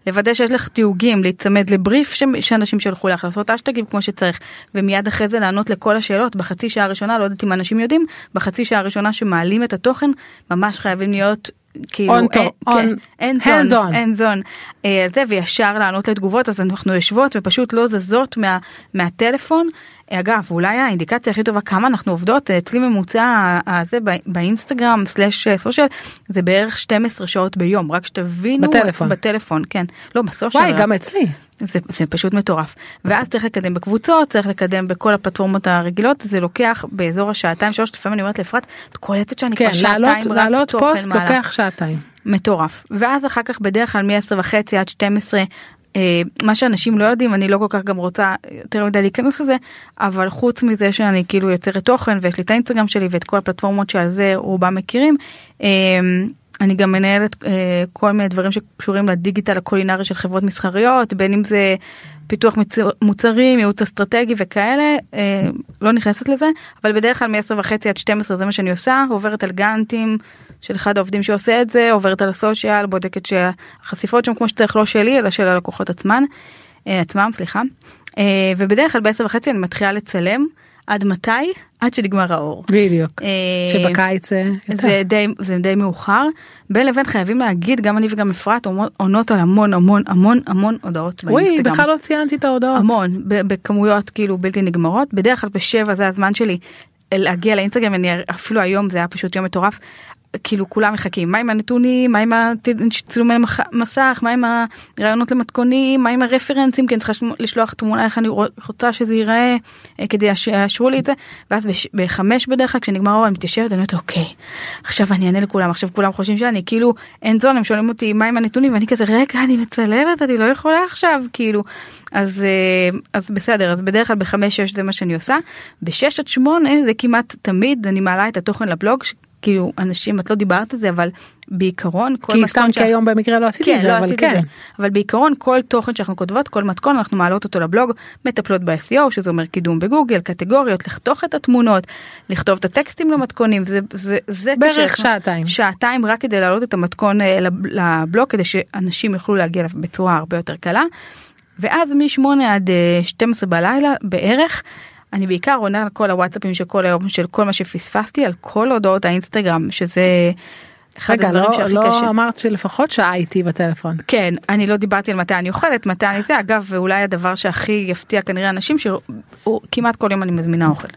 [SPEAKER 2] לוודא שיש לך תיוגים, להיצמד לבריף ש- שאנשים שלחו לך, לעשות אשטגים כמו שצריך, ומיד אחרי זה לענות לכל השאלות בחצי שעה הראשונה, לא יודעת אם אנשים יודעים, בחצי שעה הראשונה שמעלים את התוכן, ממש חייבים להיות... כאילו,
[SPEAKER 3] On to-
[SPEAKER 2] אין- כן,
[SPEAKER 3] on-
[SPEAKER 2] אין
[SPEAKER 3] hands
[SPEAKER 2] זון,
[SPEAKER 3] on.
[SPEAKER 2] אין זון, אה, זה וישר לענות לתגובות אז אנחנו יושבות ופשוט לא זזות מה, מהטלפון. אה, אגב אולי האינדיקציה הכי טובה כמה אנחנו עובדות אה, אצלי ממוצע ה- ה- זה בא- באינסטגרם סלאש אה, סושיאל זה בערך 12 שעות ביום רק שתבינו
[SPEAKER 3] בטלפון.
[SPEAKER 2] בטלפון כן לא בסושיאל
[SPEAKER 3] וואי,
[SPEAKER 2] רק.
[SPEAKER 3] גם אצלי.
[SPEAKER 2] זה, זה פשוט מטורף ואז צריך לקדם בקבוצות צריך לקדם בכל הפלטפורמות הרגילות זה לוקח באזור השעתיים שלוש לפעמים אני אומרת לאפרת את קולטת שאני
[SPEAKER 3] כן,
[SPEAKER 2] כבר שעתיים
[SPEAKER 3] לעלות-
[SPEAKER 2] רק
[SPEAKER 3] לעלות
[SPEAKER 2] תוכן
[SPEAKER 3] פוסט
[SPEAKER 2] מעלה."
[SPEAKER 3] לוקח שעתיים.
[SPEAKER 2] מטורף ואז אחר כך בדרך כלל מ-10 וחצי עד 12 אה, מה שאנשים לא יודעים אני לא כל כך גם רוצה יותר מדי להיכנס לזה אבל חוץ מזה שאני כאילו יוצרת תוכן ויש לי את האינסטגרם שלי ואת כל הפלטפורמות שעל זה רובם מכירים. אה, אני גם מנהלת אה, כל מיני דברים שקשורים לדיגיטל הקולינרי של חברות מסחריות, בין אם זה פיתוח מצו- מוצרים, ייעוץ אסטרטגי וכאלה, אה, לא נכנסת לזה, אבל בדרך כלל מ-10 וחצי עד 12 זה מה שאני עושה, עוברת על גאנטים של אחד העובדים שעושה את זה, עוברת על הסושיאל, בודקת שהחשיפות שם כמו שצריך לא שלי, אלא של הלקוחות עצמן, אה, עצמם, סליחה. אה, ובדרך כלל ב-10 וחצי אני מתחילה לצלם, עד מתי? עד שנגמר האור.
[SPEAKER 3] בדיוק.
[SPEAKER 2] אה,
[SPEAKER 3] שבקיץ כן. זה יותר.
[SPEAKER 2] זה די, זה די מאוחר. בין לבין חייבים להגיד, גם אני וגם אפרת עונות- עונות על המון המון המון המון הודעות
[SPEAKER 3] וואי,
[SPEAKER 2] באינסטגרם.
[SPEAKER 3] בכלל לא ציינתי את ההודעות.
[SPEAKER 2] המון, ב- בכמויות כאילו בלתי נגמרות. בדרך כלל בשבע זה הזמן שלי להגיע לאינסטגרם, אני אפילו היום זה היה פשוט יום מטורף. כאילו כולם מחכים, מה עם הנתונים, מה עם הת- צילומי מח- מסך, מה עם הרעיונות למתכונים, מה עם הרפרנסים, כי אני צריכה לשמ- לשלוח תמונה איך אני רוצה שזה ייראה אה, כדי שיאשרו לי את זה. ואז בש- בחמש בדרך כלל כשנגמר האור אני מתיישבת אני אומרת אוקיי עכשיו אני אענה לכולם עכשיו כולם חושבים שאני כאילו אין זון הם שואלים אותי מה עם הנתונים ואני כזה רגע אני מצלמת אני לא יכולה עכשיו כאילו אז אה, אז בסדר אז בדרך כלל בחמש שש זה מה שאני עושה בשש עד שמונה זה כמעט תמיד אני מעלה את התוכן לבלוג ש- כאילו אנשים את לא דיברת על זה אבל בעיקרון כל
[SPEAKER 3] כי
[SPEAKER 2] מתכון
[SPEAKER 3] סתם כי
[SPEAKER 2] שאנחנו-
[SPEAKER 3] היום במקרה לא עשיתי את
[SPEAKER 2] לא
[SPEAKER 3] זה, אבל
[SPEAKER 2] עשיתי את
[SPEAKER 3] כן.
[SPEAKER 2] זה. אבל בעיקרון כל תוכן שאנחנו כותבות, כל מתכון, אנחנו מעלות אותו לבלוג, מטפלות ב-SEO, שזה אומר קידום בגוגל, קטגוריות, לחתוך את התמונות, לכתוב את הטקסטים למתכונים, זה, זה, זה
[SPEAKER 3] בערך
[SPEAKER 2] כשאנחנו-
[SPEAKER 3] שעתיים.
[SPEAKER 2] שעתיים רק כדי להעלות את המתכון אה, לב- לבלוג, כדי שאנשים יוכלו להגיע אליו בצורה הרבה יותר קלה. ואז מ-8 עד אה, 12 בלילה בערך, אני בעיקר עונה על כל הוואטסאפים של כל היום, של כל מה שפספסתי, על כל הודעות האינסטגרם, שזה... אחד
[SPEAKER 3] רגע,
[SPEAKER 2] הדברים
[SPEAKER 3] לא
[SPEAKER 2] שהכי קשה.
[SPEAKER 3] לא אמרת שלפחות שעה איתי בטלפון.
[SPEAKER 2] כן, אני לא דיברתי על מתי אני אוכלת, מתי אני זה, אגב, ואולי הדבר שהכי יפתיע כנראה אנשים, שכמעט כל יום אני מזמינה אוכל.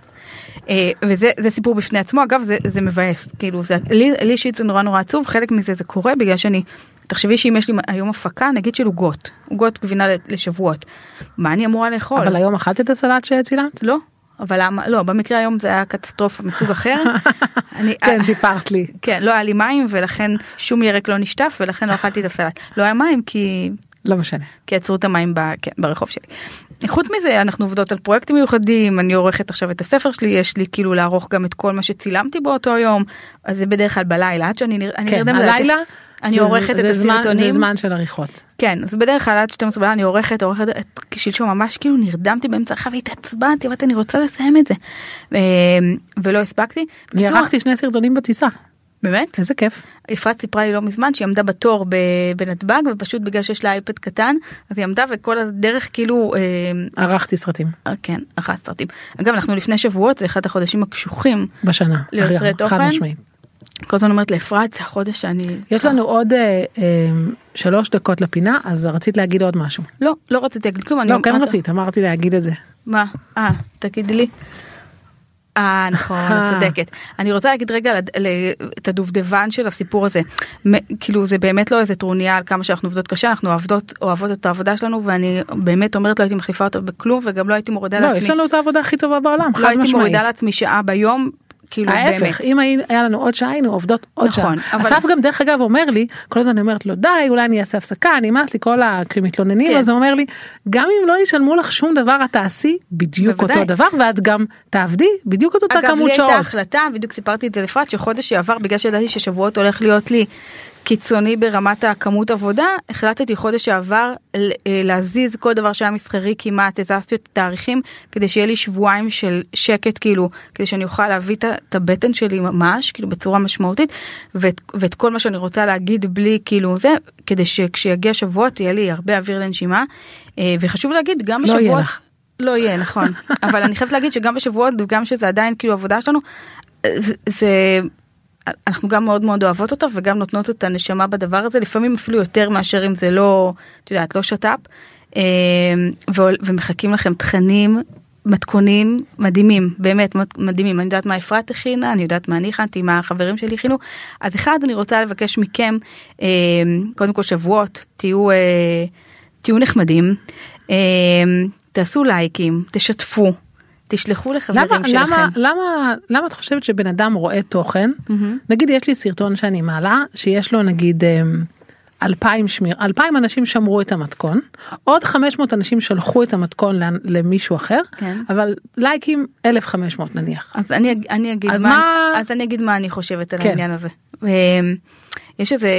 [SPEAKER 2] אה, וזה זה סיפור בפני עצמו, אגב, זה, זה מבאס, כאילו, זה, לי לי אישית זה נורא נורא עצוב, חלק מזה זה קורה בגלל שאני, תחשבי שאם יש לי היום הפקה, נגיד של עוגות, עוגות גבינה לשבועות, מה אני אמורה לאכול?
[SPEAKER 3] אבל היום אכלת את הסלט שצילמת?
[SPEAKER 2] לא, אבל למה, לא, במקרה היום זה היה קטסטרופה מסוג אחר. אני,
[SPEAKER 3] כן, סיפרת לי.
[SPEAKER 2] כן, לא היה לי מים ולכן שום ירק לא נשטף ולכן לא אכלתי את הסלט. לא היה מים כי
[SPEAKER 3] לא משנה.
[SPEAKER 2] כי עצרו את המים ב, כן, ברחוב שלי. חוץ מזה אנחנו עובדות על פרויקטים מיוחדים אני עורכת עכשיו את הספר שלי יש לי כאילו לערוך גם את כל מה שצילמתי באותו יום אז זה בדרך כלל בלילה עד שאני נר- אני
[SPEAKER 3] כן,
[SPEAKER 2] נרדמת.
[SPEAKER 3] הלילה
[SPEAKER 2] לא אני
[SPEAKER 3] זה-
[SPEAKER 2] עורכת
[SPEAKER 3] זה
[SPEAKER 2] את
[SPEAKER 3] זמן-
[SPEAKER 2] הסרטונים
[SPEAKER 3] זה זמן של עריכות.
[SPEAKER 2] כן אז בדרך כלל עד 12 בלילה אני עורכת עורכת את- שלשום ממש כאילו נרדמתי באמצע הרחב והתעצבנתי אמרתי אני רוצה לסיים את זה אה, ולא הספקתי.
[SPEAKER 3] אני
[SPEAKER 2] בקיצור,
[SPEAKER 3] ערכתי שני סרטונים בטיסה.
[SPEAKER 2] באמת?
[SPEAKER 3] איזה כיף.
[SPEAKER 2] אפרת סיפרה לי לא מזמן שהיא עמדה בתור ב- בנתב"ג ופשוט בגלל שיש לה אייפד קטן אז היא עמדה וכל הדרך כאילו אה,
[SPEAKER 3] ערכתי סרטים
[SPEAKER 2] אה, כן אחת סרטים אגב אנחנו לפני שבועות זה אחד החודשים הקשוחים
[SPEAKER 3] בשנה.
[SPEAKER 2] ליוצרי
[SPEAKER 3] אחרי,
[SPEAKER 2] תוכן?
[SPEAKER 3] חד משמעית.
[SPEAKER 2] כל הזמן אומרת לאפרת זה החודש שאני
[SPEAKER 3] יש לנו עוד אה, אה, שלוש דקות לפינה אז רצית להגיד עוד משהו.
[SPEAKER 2] לא לא רציתי להגיד כלום אני
[SPEAKER 3] לא כן
[SPEAKER 2] אמרת-
[SPEAKER 3] רצית אמרתי להגיד את זה.
[SPEAKER 2] מה אה תגידי לי. אה נכון את צודקת אני רוצה להגיד רגע לד- ל- את הדובדבן של הסיפור הזה מ- כאילו זה באמת לא איזה טרוניה על כמה שאנחנו עובדות קשה אנחנו עובדות אוהבות את העבודה שלנו ואני באמת אומרת לא הייתי מחליפה אותה בכלום וגם לא הייתי מורידה
[SPEAKER 3] לא
[SPEAKER 2] לעצמי.
[SPEAKER 3] יש לנו את העבודה הכי טובה בעולם
[SPEAKER 2] לא
[SPEAKER 3] חד
[SPEAKER 2] הייתי
[SPEAKER 3] משמעית.
[SPEAKER 2] מורידה לעצמי שעה ביום, כאילו באמת.
[SPEAKER 3] ההפך אם היה- היה לנו עוד שעה היינו עובדות עוד שעה.
[SPEAKER 2] נכון, אבל-
[SPEAKER 3] אסף גם דרך אגב אומר לי כל הזמן אני אומרת לו די אולי אני אעשה הפסקה נמאס לי כל המתלוננים
[SPEAKER 2] כן.
[SPEAKER 3] אז הוא אומר לי גם אם לא ישלמו לך שום דבר את תעשי בדיוק
[SPEAKER 2] בוודאי.
[SPEAKER 3] אותו דבר ואת גם תעבדי בדיוק את אותה
[SPEAKER 2] אגב, לי
[SPEAKER 3] כמות
[SPEAKER 2] הייתה
[SPEAKER 3] שעות.
[SPEAKER 2] החלטה, בדיוק סיפרתי את זה לאפרת, שחודש שעבר, בגלל שידעתי ששבועות הולך להיות לי קיצוני ברמת הכמות עבודה, החלטתי חודש שעבר ל- אה, להזיז כל דבר שהיה מסחרי כמעט, הזזתי את התאריכים, כדי שיהיה לי שבועיים של שקט, כאילו, כדי שאני אוכל להביא את ה- את הבטן שלי ממש, כאילו, בצורה משמעותית, ואת, ואת כל מה שאני רוצה להגיד בלי, כאילו, זה, כדי שכשיגיע שבועות יהיה לי הרבה אוויר לנשימה, אה, וחשוב להגיד, גם
[SPEAKER 3] לא יהיה
[SPEAKER 2] בשבועות...
[SPEAKER 3] לך.
[SPEAKER 2] לא יהיה נכון אבל אני חייבת להגיד שגם בשבועות וגם שזה עדיין כאילו עבודה שלנו זה- זה אנחנו גם מאוד מאוד אוהבות אותה וגם נותנות את הנשמה בדבר הזה לפעמים אפילו יותר מאשר אם זה לא את יודעת לא שת"פ אה, ועול- ומחכים לכם תכנים. מתכונים מדהימים באמת מת- מדהימים אני יודעת מה אפרת הכינה אני יודעת מה אני הכנתי מה החברים שלי הכינו אז אחד אני רוצה לבקש מכם אה, קודם כל שבועות תהיו אה, תהיו נחמדים, אמ, תעשו לייקים, תשתפו, תשלחו לחברים
[SPEAKER 3] למה
[SPEAKER 2] שלכם. Mm-hmm.
[SPEAKER 3] למה למה למה את חושבת שבן אדם רואה תוכן
[SPEAKER 2] מהמם.
[SPEAKER 3] נגיד יש לי סרטון שאני מעלה שיש לו נגיד אמ, אלפיים שמיר אלפיים אנשים שמרו את המתכון עוד 500 אנשים שלחו את המתכון לאן- למישהו אחר
[SPEAKER 2] כן.
[SPEAKER 3] אבל לייקים 1500 נניח
[SPEAKER 2] אז אני, אני אגיד
[SPEAKER 3] אז
[SPEAKER 2] מה,
[SPEAKER 3] מה-
[SPEAKER 2] אז אני אגיד מה אני חושבת על
[SPEAKER 3] כן.
[SPEAKER 2] העניין הזה. אמ, יש איזה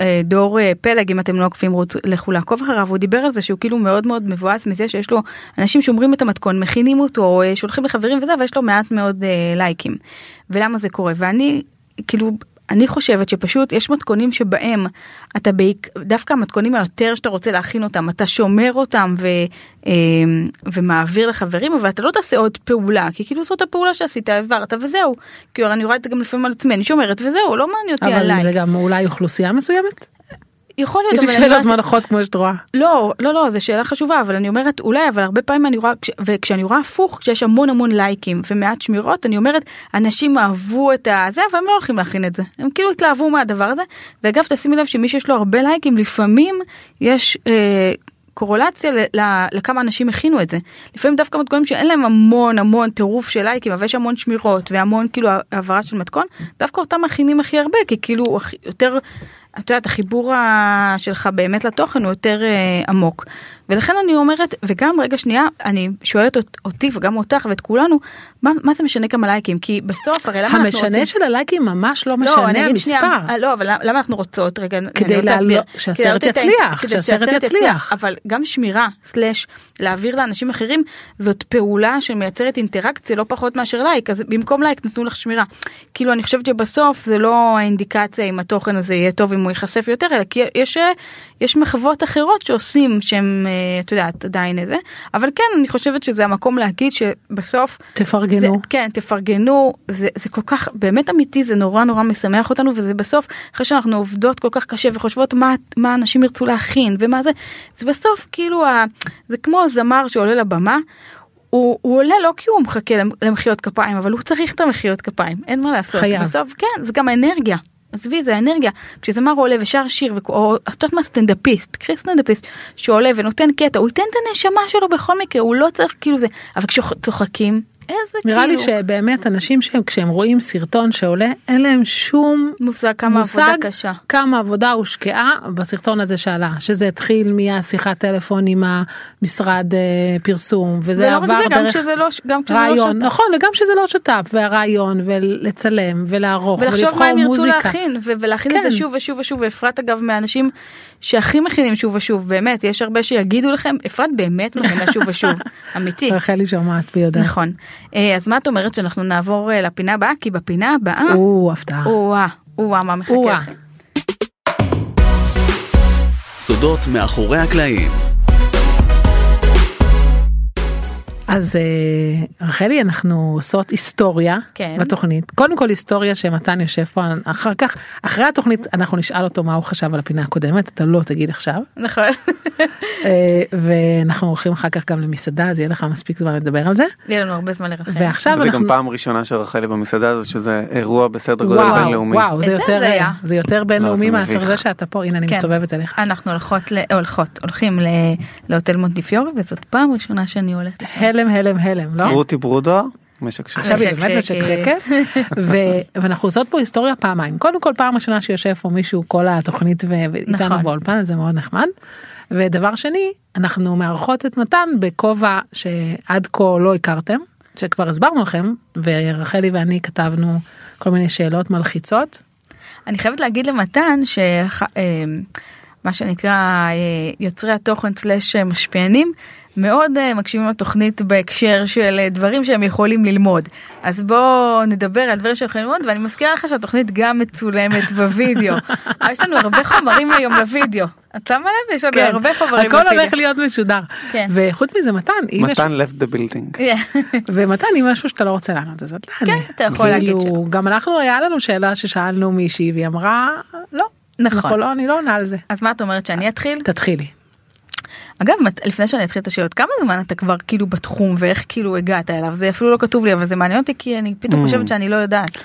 [SPEAKER 2] אה, דור אה, פלג אם אתם לא עוקבים רוצ- לכו לעקוב אחריו הוא דיבר על זה שהוא כאילו מאוד מאוד מבואס מזה שיש לו אנשים שאומרים את המתכון מכינים אותו אה, שולחים לחברים וזה ויש לו מעט מאוד אה, לייקים. ולמה זה קורה ואני כאילו אני חושבת שפשוט יש מתכונים שבהם אתה בעיק, דווקא המתכונים היותר שאתה רוצה להכין אותם אתה שומר אותם ו, אה, ומעביר לחברים אבל אתה לא תעשה עוד פעולה כי כאילו זאת הפעולה שעשית העברת וזהו. כאילו אני רואה את זה גם לפעמים על עצמי אני שומרת וזהו לא מעניין אותי
[SPEAKER 3] אבל
[SPEAKER 2] עליי.
[SPEAKER 3] זה גם אולי אוכלוסייה מסוימת?
[SPEAKER 2] יכול
[SPEAKER 3] יש
[SPEAKER 2] להיות אבל
[SPEAKER 3] לי
[SPEAKER 2] אני
[SPEAKER 3] שאלות
[SPEAKER 2] אומרת,
[SPEAKER 3] מנחות כמו שאת רואה.
[SPEAKER 2] לא לא לא זו שאלה חשובה אבל אני אומרת אולי אבל הרבה פעמים אני רואה כש- וכשאני רואה הפוך כשיש המון המון לייקים ומעט שמירות אני אומרת אנשים אהבו את הזה אבל הם לא הולכים להכין את זה הם כאילו התלהבו מהדבר הזה ואגב תשימי לב שמי שיש לו הרבה לייקים לפעמים יש. אה, קורולציה ל- ל- לכמה אנשים הכינו את זה לפעמים דווקא מתכונים שאין להם המון המון טירוף של לייקים אבל יש המון שמירות והמון כאילו העברה של מתכון דווקא אותם מכינים הכי הרבה כי כאילו הכי- יותר את יודעת החיבור ה- שלך באמת לתוכן הוא יותר אה, עמוק ולכן אני אומרת וגם רגע שנייה אני שואלת אות- אותי וגם אותך ואת כולנו מה, מה זה משנה כמה לייקים כי בסוף הרי למה אנחנו רוצים.
[SPEAKER 3] המשנה של הלייקים ממש לא
[SPEAKER 2] לא, אני
[SPEAKER 3] משנה
[SPEAKER 2] אגיד שנייה,
[SPEAKER 3] המספר.
[SPEAKER 2] אה, לא, אבל למ- למה אנחנו רוצות רגע, אני
[SPEAKER 3] כדי
[SPEAKER 2] רוצה להסביר.
[SPEAKER 3] לעלות-
[SPEAKER 2] כדי
[SPEAKER 3] שהסרט
[SPEAKER 2] להעלות את ה-
[SPEAKER 3] יצליח,
[SPEAKER 2] כדי
[SPEAKER 3] שהסרט יצליח.
[SPEAKER 2] אבל גם שמירה, סלאש, להעביר לאנשים אחרים, זאת פעולה שמייצרת אינטראקציה לא פחות מאשר לייק, אז במקום לייק נתנו לך שמירה. כאילו אני חושבת שבסוף זה לא האינדיקציה אם התוכן הזה יהיה טוב אם הוא ייחשף יותר, אלא כי יש, אה, יש מחוות אחרות שעושים שהם, אה, את יודעת, עדיין איזה, אבל כן, אני חושבת שזה המקום להגיד שבסוף
[SPEAKER 3] תפרגנו.
[SPEAKER 2] זה, כן, תפרגנו, זה, זה כל כך באמת אמיתי, זה נורא נורא משמח אותנו, וזה בסוף, אחרי שאנחנו עובדות כל כך קשה וחושבות מה, מה אנשים ירצו להכין ומה זה, זה בסוף כאילו, ה, זה כמו זמר שעולה לבמה, הוא, הוא עולה לא כי הוא מחכה למחיאות כפיים, אבל הוא צריך את המחיאות כפיים, אין מה לעשות.
[SPEAKER 3] חייב.
[SPEAKER 2] בסוף, כן, זה גם האנרגיה. עזבי, זה האנרגיה. כשזמר עולה ושר שיר, וכו- או את יודעת מה, סטנדאפיסט, קחי סטנדאפיסט שעולה ונותן קטע, הוא ייתן את הנשמה שלו בכל מקרה, הוא לא צריך כאילו זה, אבל כשצוחקים, איזה כאילו...
[SPEAKER 3] נראה לי שבאמת אנשים שהם כשהם רואים סרטון שעולה אין להם שום
[SPEAKER 2] מושג כמה עבודה
[SPEAKER 3] מושג
[SPEAKER 2] קשה.
[SPEAKER 3] כמה עבודה הושקעה בסרטון הזה שעלה שזה התחיל מהשיחת טלפון עם המשרד אה, פרסום וזה
[SPEAKER 2] ולא רק
[SPEAKER 3] עבר
[SPEAKER 2] זה, גם
[SPEAKER 3] דרך
[SPEAKER 2] כשזה לא ש- גם כשזה לא
[SPEAKER 3] רעיון
[SPEAKER 2] שאתה.
[SPEAKER 3] נכון וגם שזה לא שת"פ והרעיון ולצלם ולערוך
[SPEAKER 2] ולחשוב
[SPEAKER 3] ולבחור
[SPEAKER 2] מה הם ירצו
[SPEAKER 3] מוזיקה.
[SPEAKER 2] להכין ו- ולהכין את
[SPEAKER 3] כן.
[SPEAKER 2] זה שוב ושוב ושוב ואפרת אגב מהאנשים שהכי מכינים שוב ושוב באמת יש הרבה שיגידו לכם אפרת באמת מכינה שוב ושוב אמיתי
[SPEAKER 3] רחלי שומעת ויודעת.
[SPEAKER 2] נכון אה, אז מה את אומרת שאנחנו נעבור אה, לפינה הבאה כי בפינה הבאה
[SPEAKER 3] או הפתעה. אה.
[SPEAKER 2] או-אה או-אה מה מחכה
[SPEAKER 3] או-אה.
[SPEAKER 2] לכם.
[SPEAKER 4] סודות מאחורי הקלעים.
[SPEAKER 3] אז אה, רחלי אנחנו עושות היסטוריה
[SPEAKER 2] כן.
[SPEAKER 3] בתוכנית קודם כל היסטוריה שמתן יושב פה אחר כך אחרי התוכנית אנחנו נשאל אותו מה הוא חשב על הפינה הקודמת אתה לא תגיד עכשיו
[SPEAKER 2] נכון
[SPEAKER 3] אה, ואנחנו הולכים אחר כך גם למסעדה אז יהיה לך מספיק זמן לדבר על זה
[SPEAKER 2] יהיה לנו הרבה זמן לרחם.
[SPEAKER 3] ועכשיו
[SPEAKER 1] זה גם
[SPEAKER 3] אנחנו
[SPEAKER 1] פעם ראשונה שרחלי במסעדה הזו שזה אירוע בסדר גודל
[SPEAKER 3] וואו
[SPEAKER 1] בינלאומי.
[SPEAKER 3] וואו זה
[SPEAKER 2] איזה
[SPEAKER 3] יותר
[SPEAKER 2] הזיה.
[SPEAKER 3] זה יותר בינלאומי
[SPEAKER 1] לא, זה
[SPEAKER 3] מאשר
[SPEAKER 1] מביך.
[SPEAKER 3] זה שאתה פה הנה אני
[SPEAKER 2] כן.
[SPEAKER 3] מסתובבת אליך
[SPEAKER 2] אנחנו הולכות ל- הולכות הולכים ל- להוטל מונטיפיורי וזאת פעם ראשונה שאני הולכת. לשם.
[SPEAKER 3] הלם הלם הלם לא
[SPEAKER 1] רותי ברודו משקשק.
[SPEAKER 3] עכשיו
[SPEAKER 2] אה,
[SPEAKER 3] היא באמת
[SPEAKER 2] משקשקת.
[SPEAKER 3] משקשקת ו- ואנחנו עושות פה היסטוריה פעמיים קודם כל פעם ראשונה שיושב פה מישהו כל התוכנית ו- ואיתנו
[SPEAKER 2] נכון.
[SPEAKER 3] באולפן זה מאוד נחמד. ודבר שני אנחנו מארחות את מתן בכובע שעד כה לא הכרתם שכבר הסברנו לכם ורחלי ואני כתבנו כל מיני שאלות מלחיצות.
[SPEAKER 2] אני חייבת להגיד למתן שמה שנקרא אה, יוצרי התוכן סלאש משפיענים מאוד אה, מקשיבים לתוכנית בהקשר של אה, דברים שהם יכולים ללמוד אז בוא נדבר על דברים שהם יכולים ללמוד ואני מזכירה לך שהתוכנית גם מצולמת בווידאו אבל יש לנו הרבה חומרים היום לווידאו את שמה לב יש לנו הרבה חומרים
[SPEAKER 3] כן. הכל
[SPEAKER 2] לווידאו.
[SPEAKER 3] הולך להיות משודר
[SPEAKER 2] כן.
[SPEAKER 3] וחוץ מזה מתן אם יש
[SPEAKER 1] מתן left the building.
[SPEAKER 3] ומתן אם משהו שאתה לא רוצה לענות אז את תענה.
[SPEAKER 2] כן, אתה יכול להגיד
[SPEAKER 3] כאילו,
[SPEAKER 2] שלא.
[SPEAKER 3] גם אנחנו היה לנו שאלה ששאלנו מישהי והיא אמרה לא.
[SPEAKER 2] נכון.
[SPEAKER 3] אנחנו לא, אני לא עונה על זה.
[SPEAKER 2] אז מה את אומרת שאני אתחיל?
[SPEAKER 3] תתחילי.
[SPEAKER 2] אגב מת- לפני שאני אתחיל את השאלות כמה זמן אתה כבר כאילו בתחום ואיך כאילו הגעת אליו זה אפילו לא כתוב לי אבל זה מעניין אותי כי אני פתאום
[SPEAKER 1] Hmm.
[SPEAKER 2] חושבת שאני לא יודעת.
[SPEAKER 1] אה,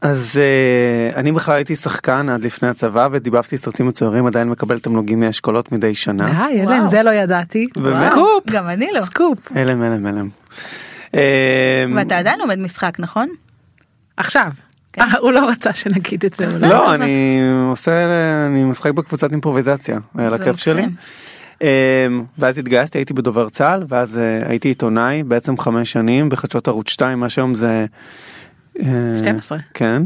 [SPEAKER 1] אז אה, אני בכלל הייתי שחקן עד לפני הצבא ודיבבתי סרטים מצוירים עדיין מקבל תמלוגים מאשכולות מדי שנה.
[SPEAKER 3] די, אלן, זה לא ידעתי.
[SPEAKER 1] באמת?
[SPEAKER 3] סקופ.
[SPEAKER 2] גם אני לא.
[SPEAKER 3] סקופ.
[SPEAKER 1] הלם הלם הלם. אה,
[SPEAKER 2] ואתה עדיין לומד משחק נכון?
[SPEAKER 3] עכשיו.
[SPEAKER 2] כן.
[SPEAKER 3] אה, הוא לא רצה שנגיד את זה. אולי.
[SPEAKER 1] לא אני עושה אני משחק בקבוצת אימפרוביזציה אה, על
[SPEAKER 2] זה
[SPEAKER 1] הכיף שלי.
[SPEAKER 2] מקסים.
[SPEAKER 1] אמ, ואז התגייסתי הייתי בדובר צה"ל ואז אה, הייתי עיתונאי בעצם חמש שנים בחדשות ערוץ 2 מה שהיום זה. אה,
[SPEAKER 3] 12.
[SPEAKER 1] כן.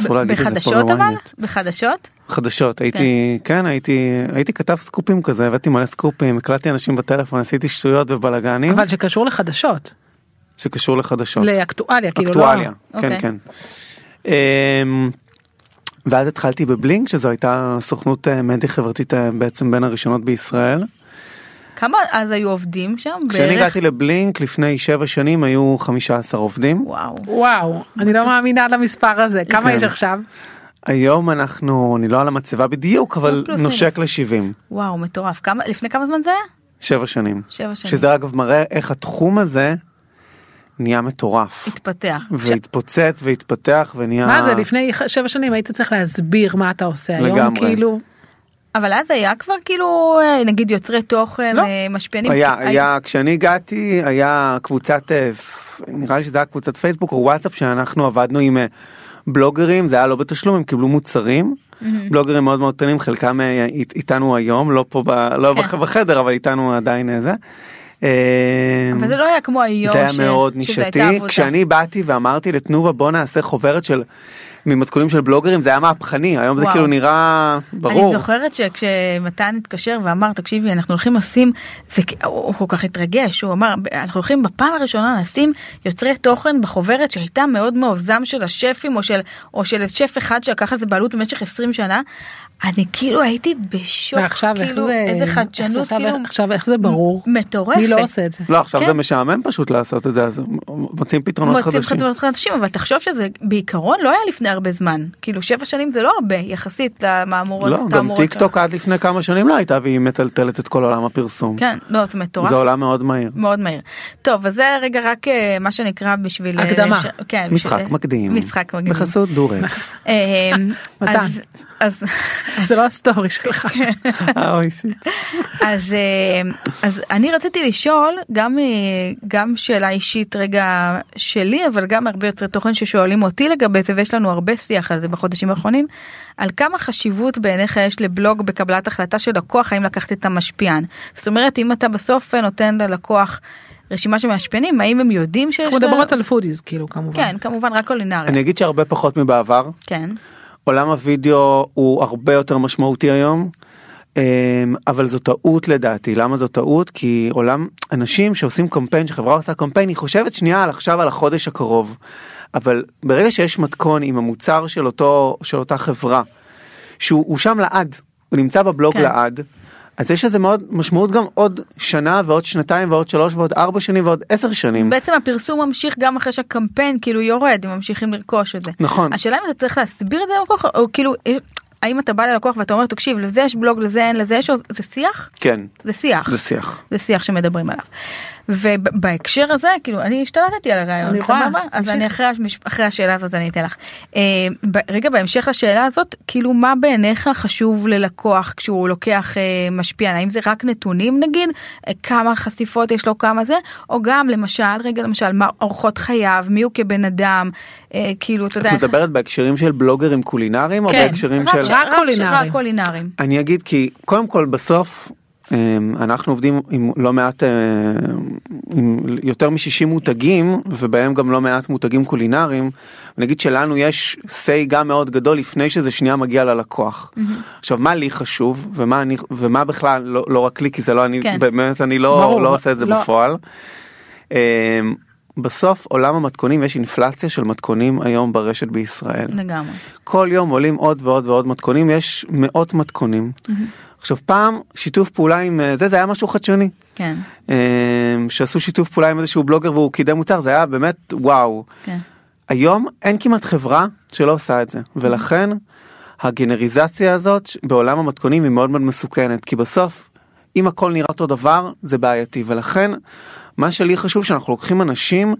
[SPEAKER 1] אסור להגיד את זה פה
[SPEAKER 2] בחדשות אבל?
[SPEAKER 1] בוויינט.
[SPEAKER 2] בחדשות?
[SPEAKER 1] חדשות הייתי כן הייתי הייתי כתב סקופים כזה הבאתי מלא סקופים הקלטתי אנשים בטלפון עשיתי שטויות ובלאגנים
[SPEAKER 3] אבל שקשור לחדשות,
[SPEAKER 1] שקשור לחדשות.
[SPEAKER 3] לאקטואליה, כאילו לא...
[SPEAKER 1] אקטואליה, כן
[SPEAKER 2] אוקיי.
[SPEAKER 1] כן. אמ, ואז התחלתי בבלינק שזו הייתה סוכנות אה, מדיה חברתית אה, בעצם בין הראשונות בישראל.
[SPEAKER 2] כמה אז היו עובדים שם?
[SPEAKER 1] כשאני
[SPEAKER 2] בערך?
[SPEAKER 1] הגעתי לבלינק לפני שבע שנים היו 15 עובדים.
[SPEAKER 2] וואו.
[SPEAKER 3] וואו, אני לא מאמינה למספר הזה, כמה
[SPEAKER 1] כן.
[SPEAKER 3] יש עכשיו?
[SPEAKER 1] היום אנחנו, אני לא על המצבה בדיוק, אבל
[SPEAKER 2] פלוס
[SPEAKER 1] נושק
[SPEAKER 2] מינוס.
[SPEAKER 1] ל-70,
[SPEAKER 2] וואו מטורף. כמה, לפני כמה זמן זה היה?
[SPEAKER 1] שבע שנים.
[SPEAKER 2] שבע שנים.
[SPEAKER 1] שזה אגב מראה איך התחום הזה נהיה מטורף.
[SPEAKER 2] התפתח. ש-
[SPEAKER 1] והתפוצץ והתפתח ונהיה...
[SPEAKER 3] מה זה, לפני ח- שבע שנים היית צריך להסביר מה אתה עושה, היום
[SPEAKER 1] לגמרי.
[SPEAKER 3] כאילו...
[SPEAKER 2] אבל אז היה כבר כאילו אה, נגיד יוצרי תוכן
[SPEAKER 3] לא.
[SPEAKER 2] אה, משפיענים.
[SPEAKER 1] היה, היה, כשאני הגעתי היה קבוצת, אה, פ- נראה לי שזה היה קבוצת פייסבוק או וואטסאפ שאנחנו עבדנו עם אה, בלוגרים, זה היה לא בתשלום, הם קיבלו מוצרים, בלוגרים מאוד מאוד קטנים, חלקם אה, אית- איתנו היום, לא פה, ב, לא
[SPEAKER 2] כן.
[SPEAKER 1] בח- בחדר, אבל איתנו עדיין אה, זה. אה,
[SPEAKER 2] אבל זה לא היה כמו היום.
[SPEAKER 1] זה היה
[SPEAKER 2] ש-
[SPEAKER 1] מאוד
[SPEAKER 2] שזה הייתה
[SPEAKER 1] נישתי
[SPEAKER 2] עבודה.
[SPEAKER 1] כשאני באתי ואמרתי לתנובה בוא נעשה חוברת של ממתכונים של בלוגרים זה היה מהפכני היום זה
[SPEAKER 2] וואו.
[SPEAKER 1] כאילו נראה ברור
[SPEAKER 2] אני זוכרת שכשמתן התקשר ואמר תקשיבי אנחנו הולכים לשים זה כ- הוא הוא כל כך התרגש הוא אמר אנחנו הולכים בפעם הראשונה לשים יוצרי תוכן בחוברת שהייתה מאוד מאוזם של השפים או של או של שף אחד שלקח את זה בעלות במשך 20 שנה. אני כאילו הייתי בשוק
[SPEAKER 3] ועכשיו איך
[SPEAKER 2] כאילו
[SPEAKER 3] זה...
[SPEAKER 2] איזה
[SPEAKER 3] איך
[SPEAKER 2] חדשנות
[SPEAKER 3] עכשיו-
[SPEAKER 2] כאילו
[SPEAKER 3] עכשיו איך זה ברור?
[SPEAKER 2] מטורפת.
[SPEAKER 3] מי לא עושה את זה?
[SPEAKER 1] לא עכשיו
[SPEAKER 2] כן.
[SPEAKER 1] זה משעמם פשוט לעשות את זה אז מוצאים פתרונות
[SPEAKER 2] מוצאים
[SPEAKER 1] חדשים.
[SPEAKER 2] חתונות חדשים אבל תחשוב שזה בעיקרון לא היה לפני הרבה זמן כאילו שבע שנים זה לא הרבה יחסית למהמורות.
[SPEAKER 1] לא, גם
[SPEAKER 2] תעמורות
[SPEAKER 1] טיק
[SPEAKER 2] שלנו.
[SPEAKER 1] טוק עד לפני כמה שנים לא הייתה והיא מטלטלת את כל עולם הפרסום.
[SPEAKER 2] כן לא זה מטורף.
[SPEAKER 1] זה עולם מאוד מהיר.
[SPEAKER 2] מאוד מהיר. טוב, אז זה רגע רק אה, מה שנקרא בשביל... אה,
[SPEAKER 3] הקדמה.
[SPEAKER 2] לש- כן,
[SPEAKER 1] משחק
[SPEAKER 2] בשביל-
[SPEAKER 1] מקדים.
[SPEAKER 2] משחק מקדים.
[SPEAKER 1] בחסות דורקס.
[SPEAKER 3] אז
[SPEAKER 2] אה,
[SPEAKER 3] מתן.
[SPEAKER 2] אז- אז-
[SPEAKER 3] זה לא הסטורי שלך.
[SPEAKER 2] כן.
[SPEAKER 1] אה, אוי, שיט.
[SPEAKER 2] אז אה, אז אני רציתי לשאול גם אה, גם שאלה אישית רגע שלי אבל גם הרבה יוצרי תוכן ששואלים אותי לגבי זה ויש לנו הרבה שיח על זה בחודשים האחרונים על כמה חשיבות בעיניך יש לבלוג בקבלת החלטה של לקוח האם לקחת את המשפיען זאת אומרת אם אתה בסוף נותן ללקוח רשימה של משפיענים האם הם יודעים שיש
[SPEAKER 3] אנחנו מדברות על פודיז כאילו כמובן.
[SPEAKER 2] כן כמובן רק קולינריה
[SPEAKER 1] אני אגיד שהרבה פחות מבעבר.
[SPEAKER 2] כן
[SPEAKER 1] עולם הוידאו הוא הרבה יותר משמעותי היום. אמ, אבל זו טעות לדעתי למה זו טעות כי עולם אנשים שעושים קמפיין שחברה עושה קמפיין היא חושבת שנייה על עכשיו על החודש הקרוב. אבל ברגע שיש מתכון עם המוצר של אותו של אותה חברה שהוא הוא שם לעד הוא נמצא בבלוג
[SPEAKER 2] כן.
[SPEAKER 1] כן. לעד. אז יש לזה מאוד משמעות גם עוד שנה ועוד שנתיים ועוד שלוש ועוד ארבע שנים ועוד עשר שנים.
[SPEAKER 2] בעצם הפרסום ממשיך גם אחרי שהקמפיין כאילו יורד הם ממשיכים לרכוש את זה.
[SPEAKER 1] נכון.
[SPEAKER 2] השאלה אם אתה צריך להסביר את זה ללקוח או כאילו האם אתה בא ללקוח ואתה אומר תקשיב לזה יש בלוג לזה אין לזה יש או זה שיח
[SPEAKER 1] כן.
[SPEAKER 2] זה שיח
[SPEAKER 1] זה שיח.
[SPEAKER 2] זה שיח שמדברים עליו. ובהקשר הזה כאילו אני השתלטתי על הרעיון
[SPEAKER 3] אני רואה,
[SPEAKER 2] סבבה אז
[SPEAKER 3] תמשיכי.
[SPEAKER 2] אני אחרי, המש- אחרי השאלה הזאת אני אתן לך. אה, ב- רגע בהמשך לשאלה הזאת כאילו מה בעיניך חשוב ללקוח כשהוא לוקח אה, משפיע האם זה רק נתונים נגיד אה, כמה חשיפות יש לו כמה זה או גם למשל רגע למשל מה אורחות חייו מי הוא כבן אדם אה, כאילו אתה
[SPEAKER 1] את
[SPEAKER 2] יודע. איך-
[SPEAKER 1] מדברת בהקשרים של בלוגרים קולינריים או
[SPEAKER 2] כן,
[SPEAKER 1] בהקשרים
[SPEAKER 2] רק
[SPEAKER 1] של...
[SPEAKER 2] ש-
[SPEAKER 3] רק
[SPEAKER 2] רק
[SPEAKER 3] קולינרים.
[SPEAKER 2] רק קולינרים.
[SPEAKER 1] אני אגיד כי קודם כל בסוף אמ, אנחנו עובדים עם לא מעט אמ, עם יותר מ-60 מותגים ובהם גם לא מעט מותגים קולינריים. נגיד שלנו יש say גם מאוד גדול לפני שזה שנייה מגיע ללקוח.
[SPEAKER 3] Mm-hmm.
[SPEAKER 1] עכשיו מה לי חשוב ומה אני ומה בכלל לא, לא רק לי כי זה לא אני
[SPEAKER 2] כן.
[SPEAKER 1] באמת אני לא,
[SPEAKER 3] ברור,
[SPEAKER 1] לא עושה את זה
[SPEAKER 3] לא.
[SPEAKER 1] בפועל. אמ, בסוף עולם המתכונים יש אינפלציה של מתכונים היום ברשת בישראל.
[SPEAKER 3] נכון.
[SPEAKER 2] לגמרי.
[SPEAKER 1] כל יום עולים עוד ועוד ועוד מתכונים יש מאות מתכונים. עכשיו פעם שיתוף פעולה עם אה, זה זה היה משהו חדשני
[SPEAKER 2] כן.
[SPEAKER 1] אה, שעשו שיתוף פעולה עם איזשהו בלוגר והוא קידם מוצר זה היה באמת וואו.
[SPEAKER 2] כן.
[SPEAKER 1] היום אין כמעט חברה שלא עושה את זה ולכן הגנריזציה הזאת ש- בעולם המתכונים היא מאוד מאוד מסוכנת כי בסוף אם הכל נראה אותו דבר זה בעייתי ולכן מה שלי חשוב שאנחנו לוקחים אנשים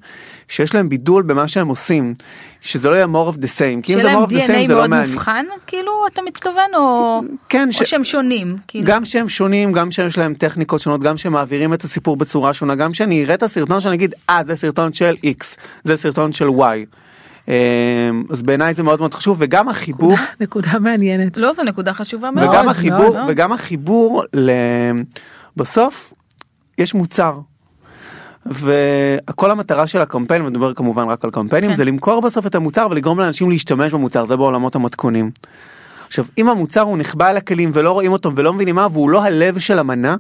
[SPEAKER 1] שיש להם בידול במה שהם עושים שזה לא יהיה more of the same כי אם
[SPEAKER 2] שיהיה
[SPEAKER 1] זה
[SPEAKER 2] להם
[SPEAKER 1] more of the same
[SPEAKER 2] DNA
[SPEAKER 1] זה לא
[SPEAKER 2] מאוד
[SPEAKER 1] מעניין.
[SPEAKER 2] מובחן כאילו אתה מתכוון או
[SPEAKER 1] כן,
[SPEAKER 2] או שהם שונים כאילו.
[SPEAKER 1] גם שהם שונים, גם שיש להם טכניקות שונות, גם שהם מעבירים את הסיפור בצורה שונה, גם שאני אראה את הסרטון שאני אגיד, אה, זה סרטון של X, זה סרטון של Y. אמ, אז בעיניי זה מאוד מאוד חשוב, וגם החיבור,
[SPEAKER 3] נקודה מעניינת.
[SPEAKER 2] לא זו נקודה חשובה מאוד.
[SPEAKER 1] וגם
[SPEAKER 3] מאוד,
[SPEAKER 1] החיבור,
[SPEAKER 2] מאוד.
[SPEAKER 1] וגם החיבור ל... בסוף יש מוצר. וכל המטרה של הקמפיין, מדובר כמובן רק על קמפיינים,
[SPEAKER 2] כן.
[SPEAKER 1] זה למכור בסוף את המוצר ולגרום לאנשים להשתמש במוצר, זה בעולמות המתכונים. עכשיו, אם המוצר הוא נחבא על הכלים ולא רואים אותו ולא מבינים מה, והוא לא הלב של המנה,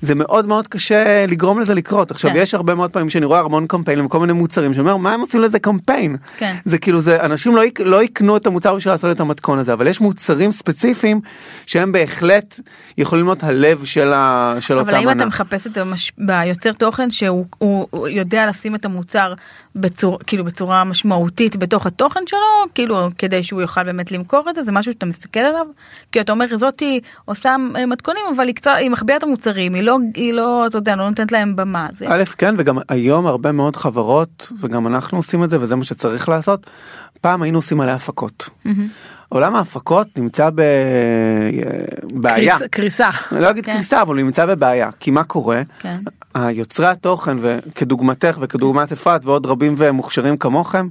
[SPEAKER 1] זה מאוד מאוד קשה לגרום לזה לקרות. עכשיו,
[SPEAKER 2] כן.
[SPEAKER 1] יש הרבה מאוד פעמים שאני רואה המון קמפיינים וכל מיני מוצרים, שאני אומר, מה הם עושים לזה קמפיין?
[SPEAKER 2] כן.
[SPEAKER 1] זה כאילו זה אנשים לא, יק- לא יקנו את המוצר בשביל לעשות את המתכון הזה אבל יש מוצרים ספציפיים שהם בהחלט יכולים להיות הלב של, ה, של
[SPEAKER 2] אבל
[SPEAKER 1] לא אותה
[SPEAKER 2] האם
[SPEAKER 1] מנה.
[SPEAKER 2] אתה מחפש את המש... ביוצר תוכן שהוא הוא- הוא יודע לשים את המוצר בצור... כאילו בצורה משמעותית בתוך התוכן שלו כאילו כדי שהוא יוכל באמת למכור את זה זה משהו שאתה מסתכל עליו כי אתה אומר זאתי עושה אה, מתכונים אבל היא קצת היא מחביאה את המוצרים היא לא היא לא אתה יודע לא נותנת להם במה זה
[SPEAKER 1] א' כן וגם היום הרבה מאוד חברות וגם אנחנו עושים את זה וזה מה שצריך לעשות. פעם היינו עושים עלי הפקות. עולם ההפקות נמצא בבעיה.
[SPEAKER 3] קריס- קריסה.
[SPEAKER 1] לא אגיד
[SPEAKER 2] כן.
[SPEAKER 1] קריסה אבל הוא נמצא בבעיה כי מה קורה
[SPEAKER 2] כן.
[SPEAKER 1] היוצרי התוכן וכדוגמתך וכדוגמת אפרת ועוד רבים ומוכשרים כמוכם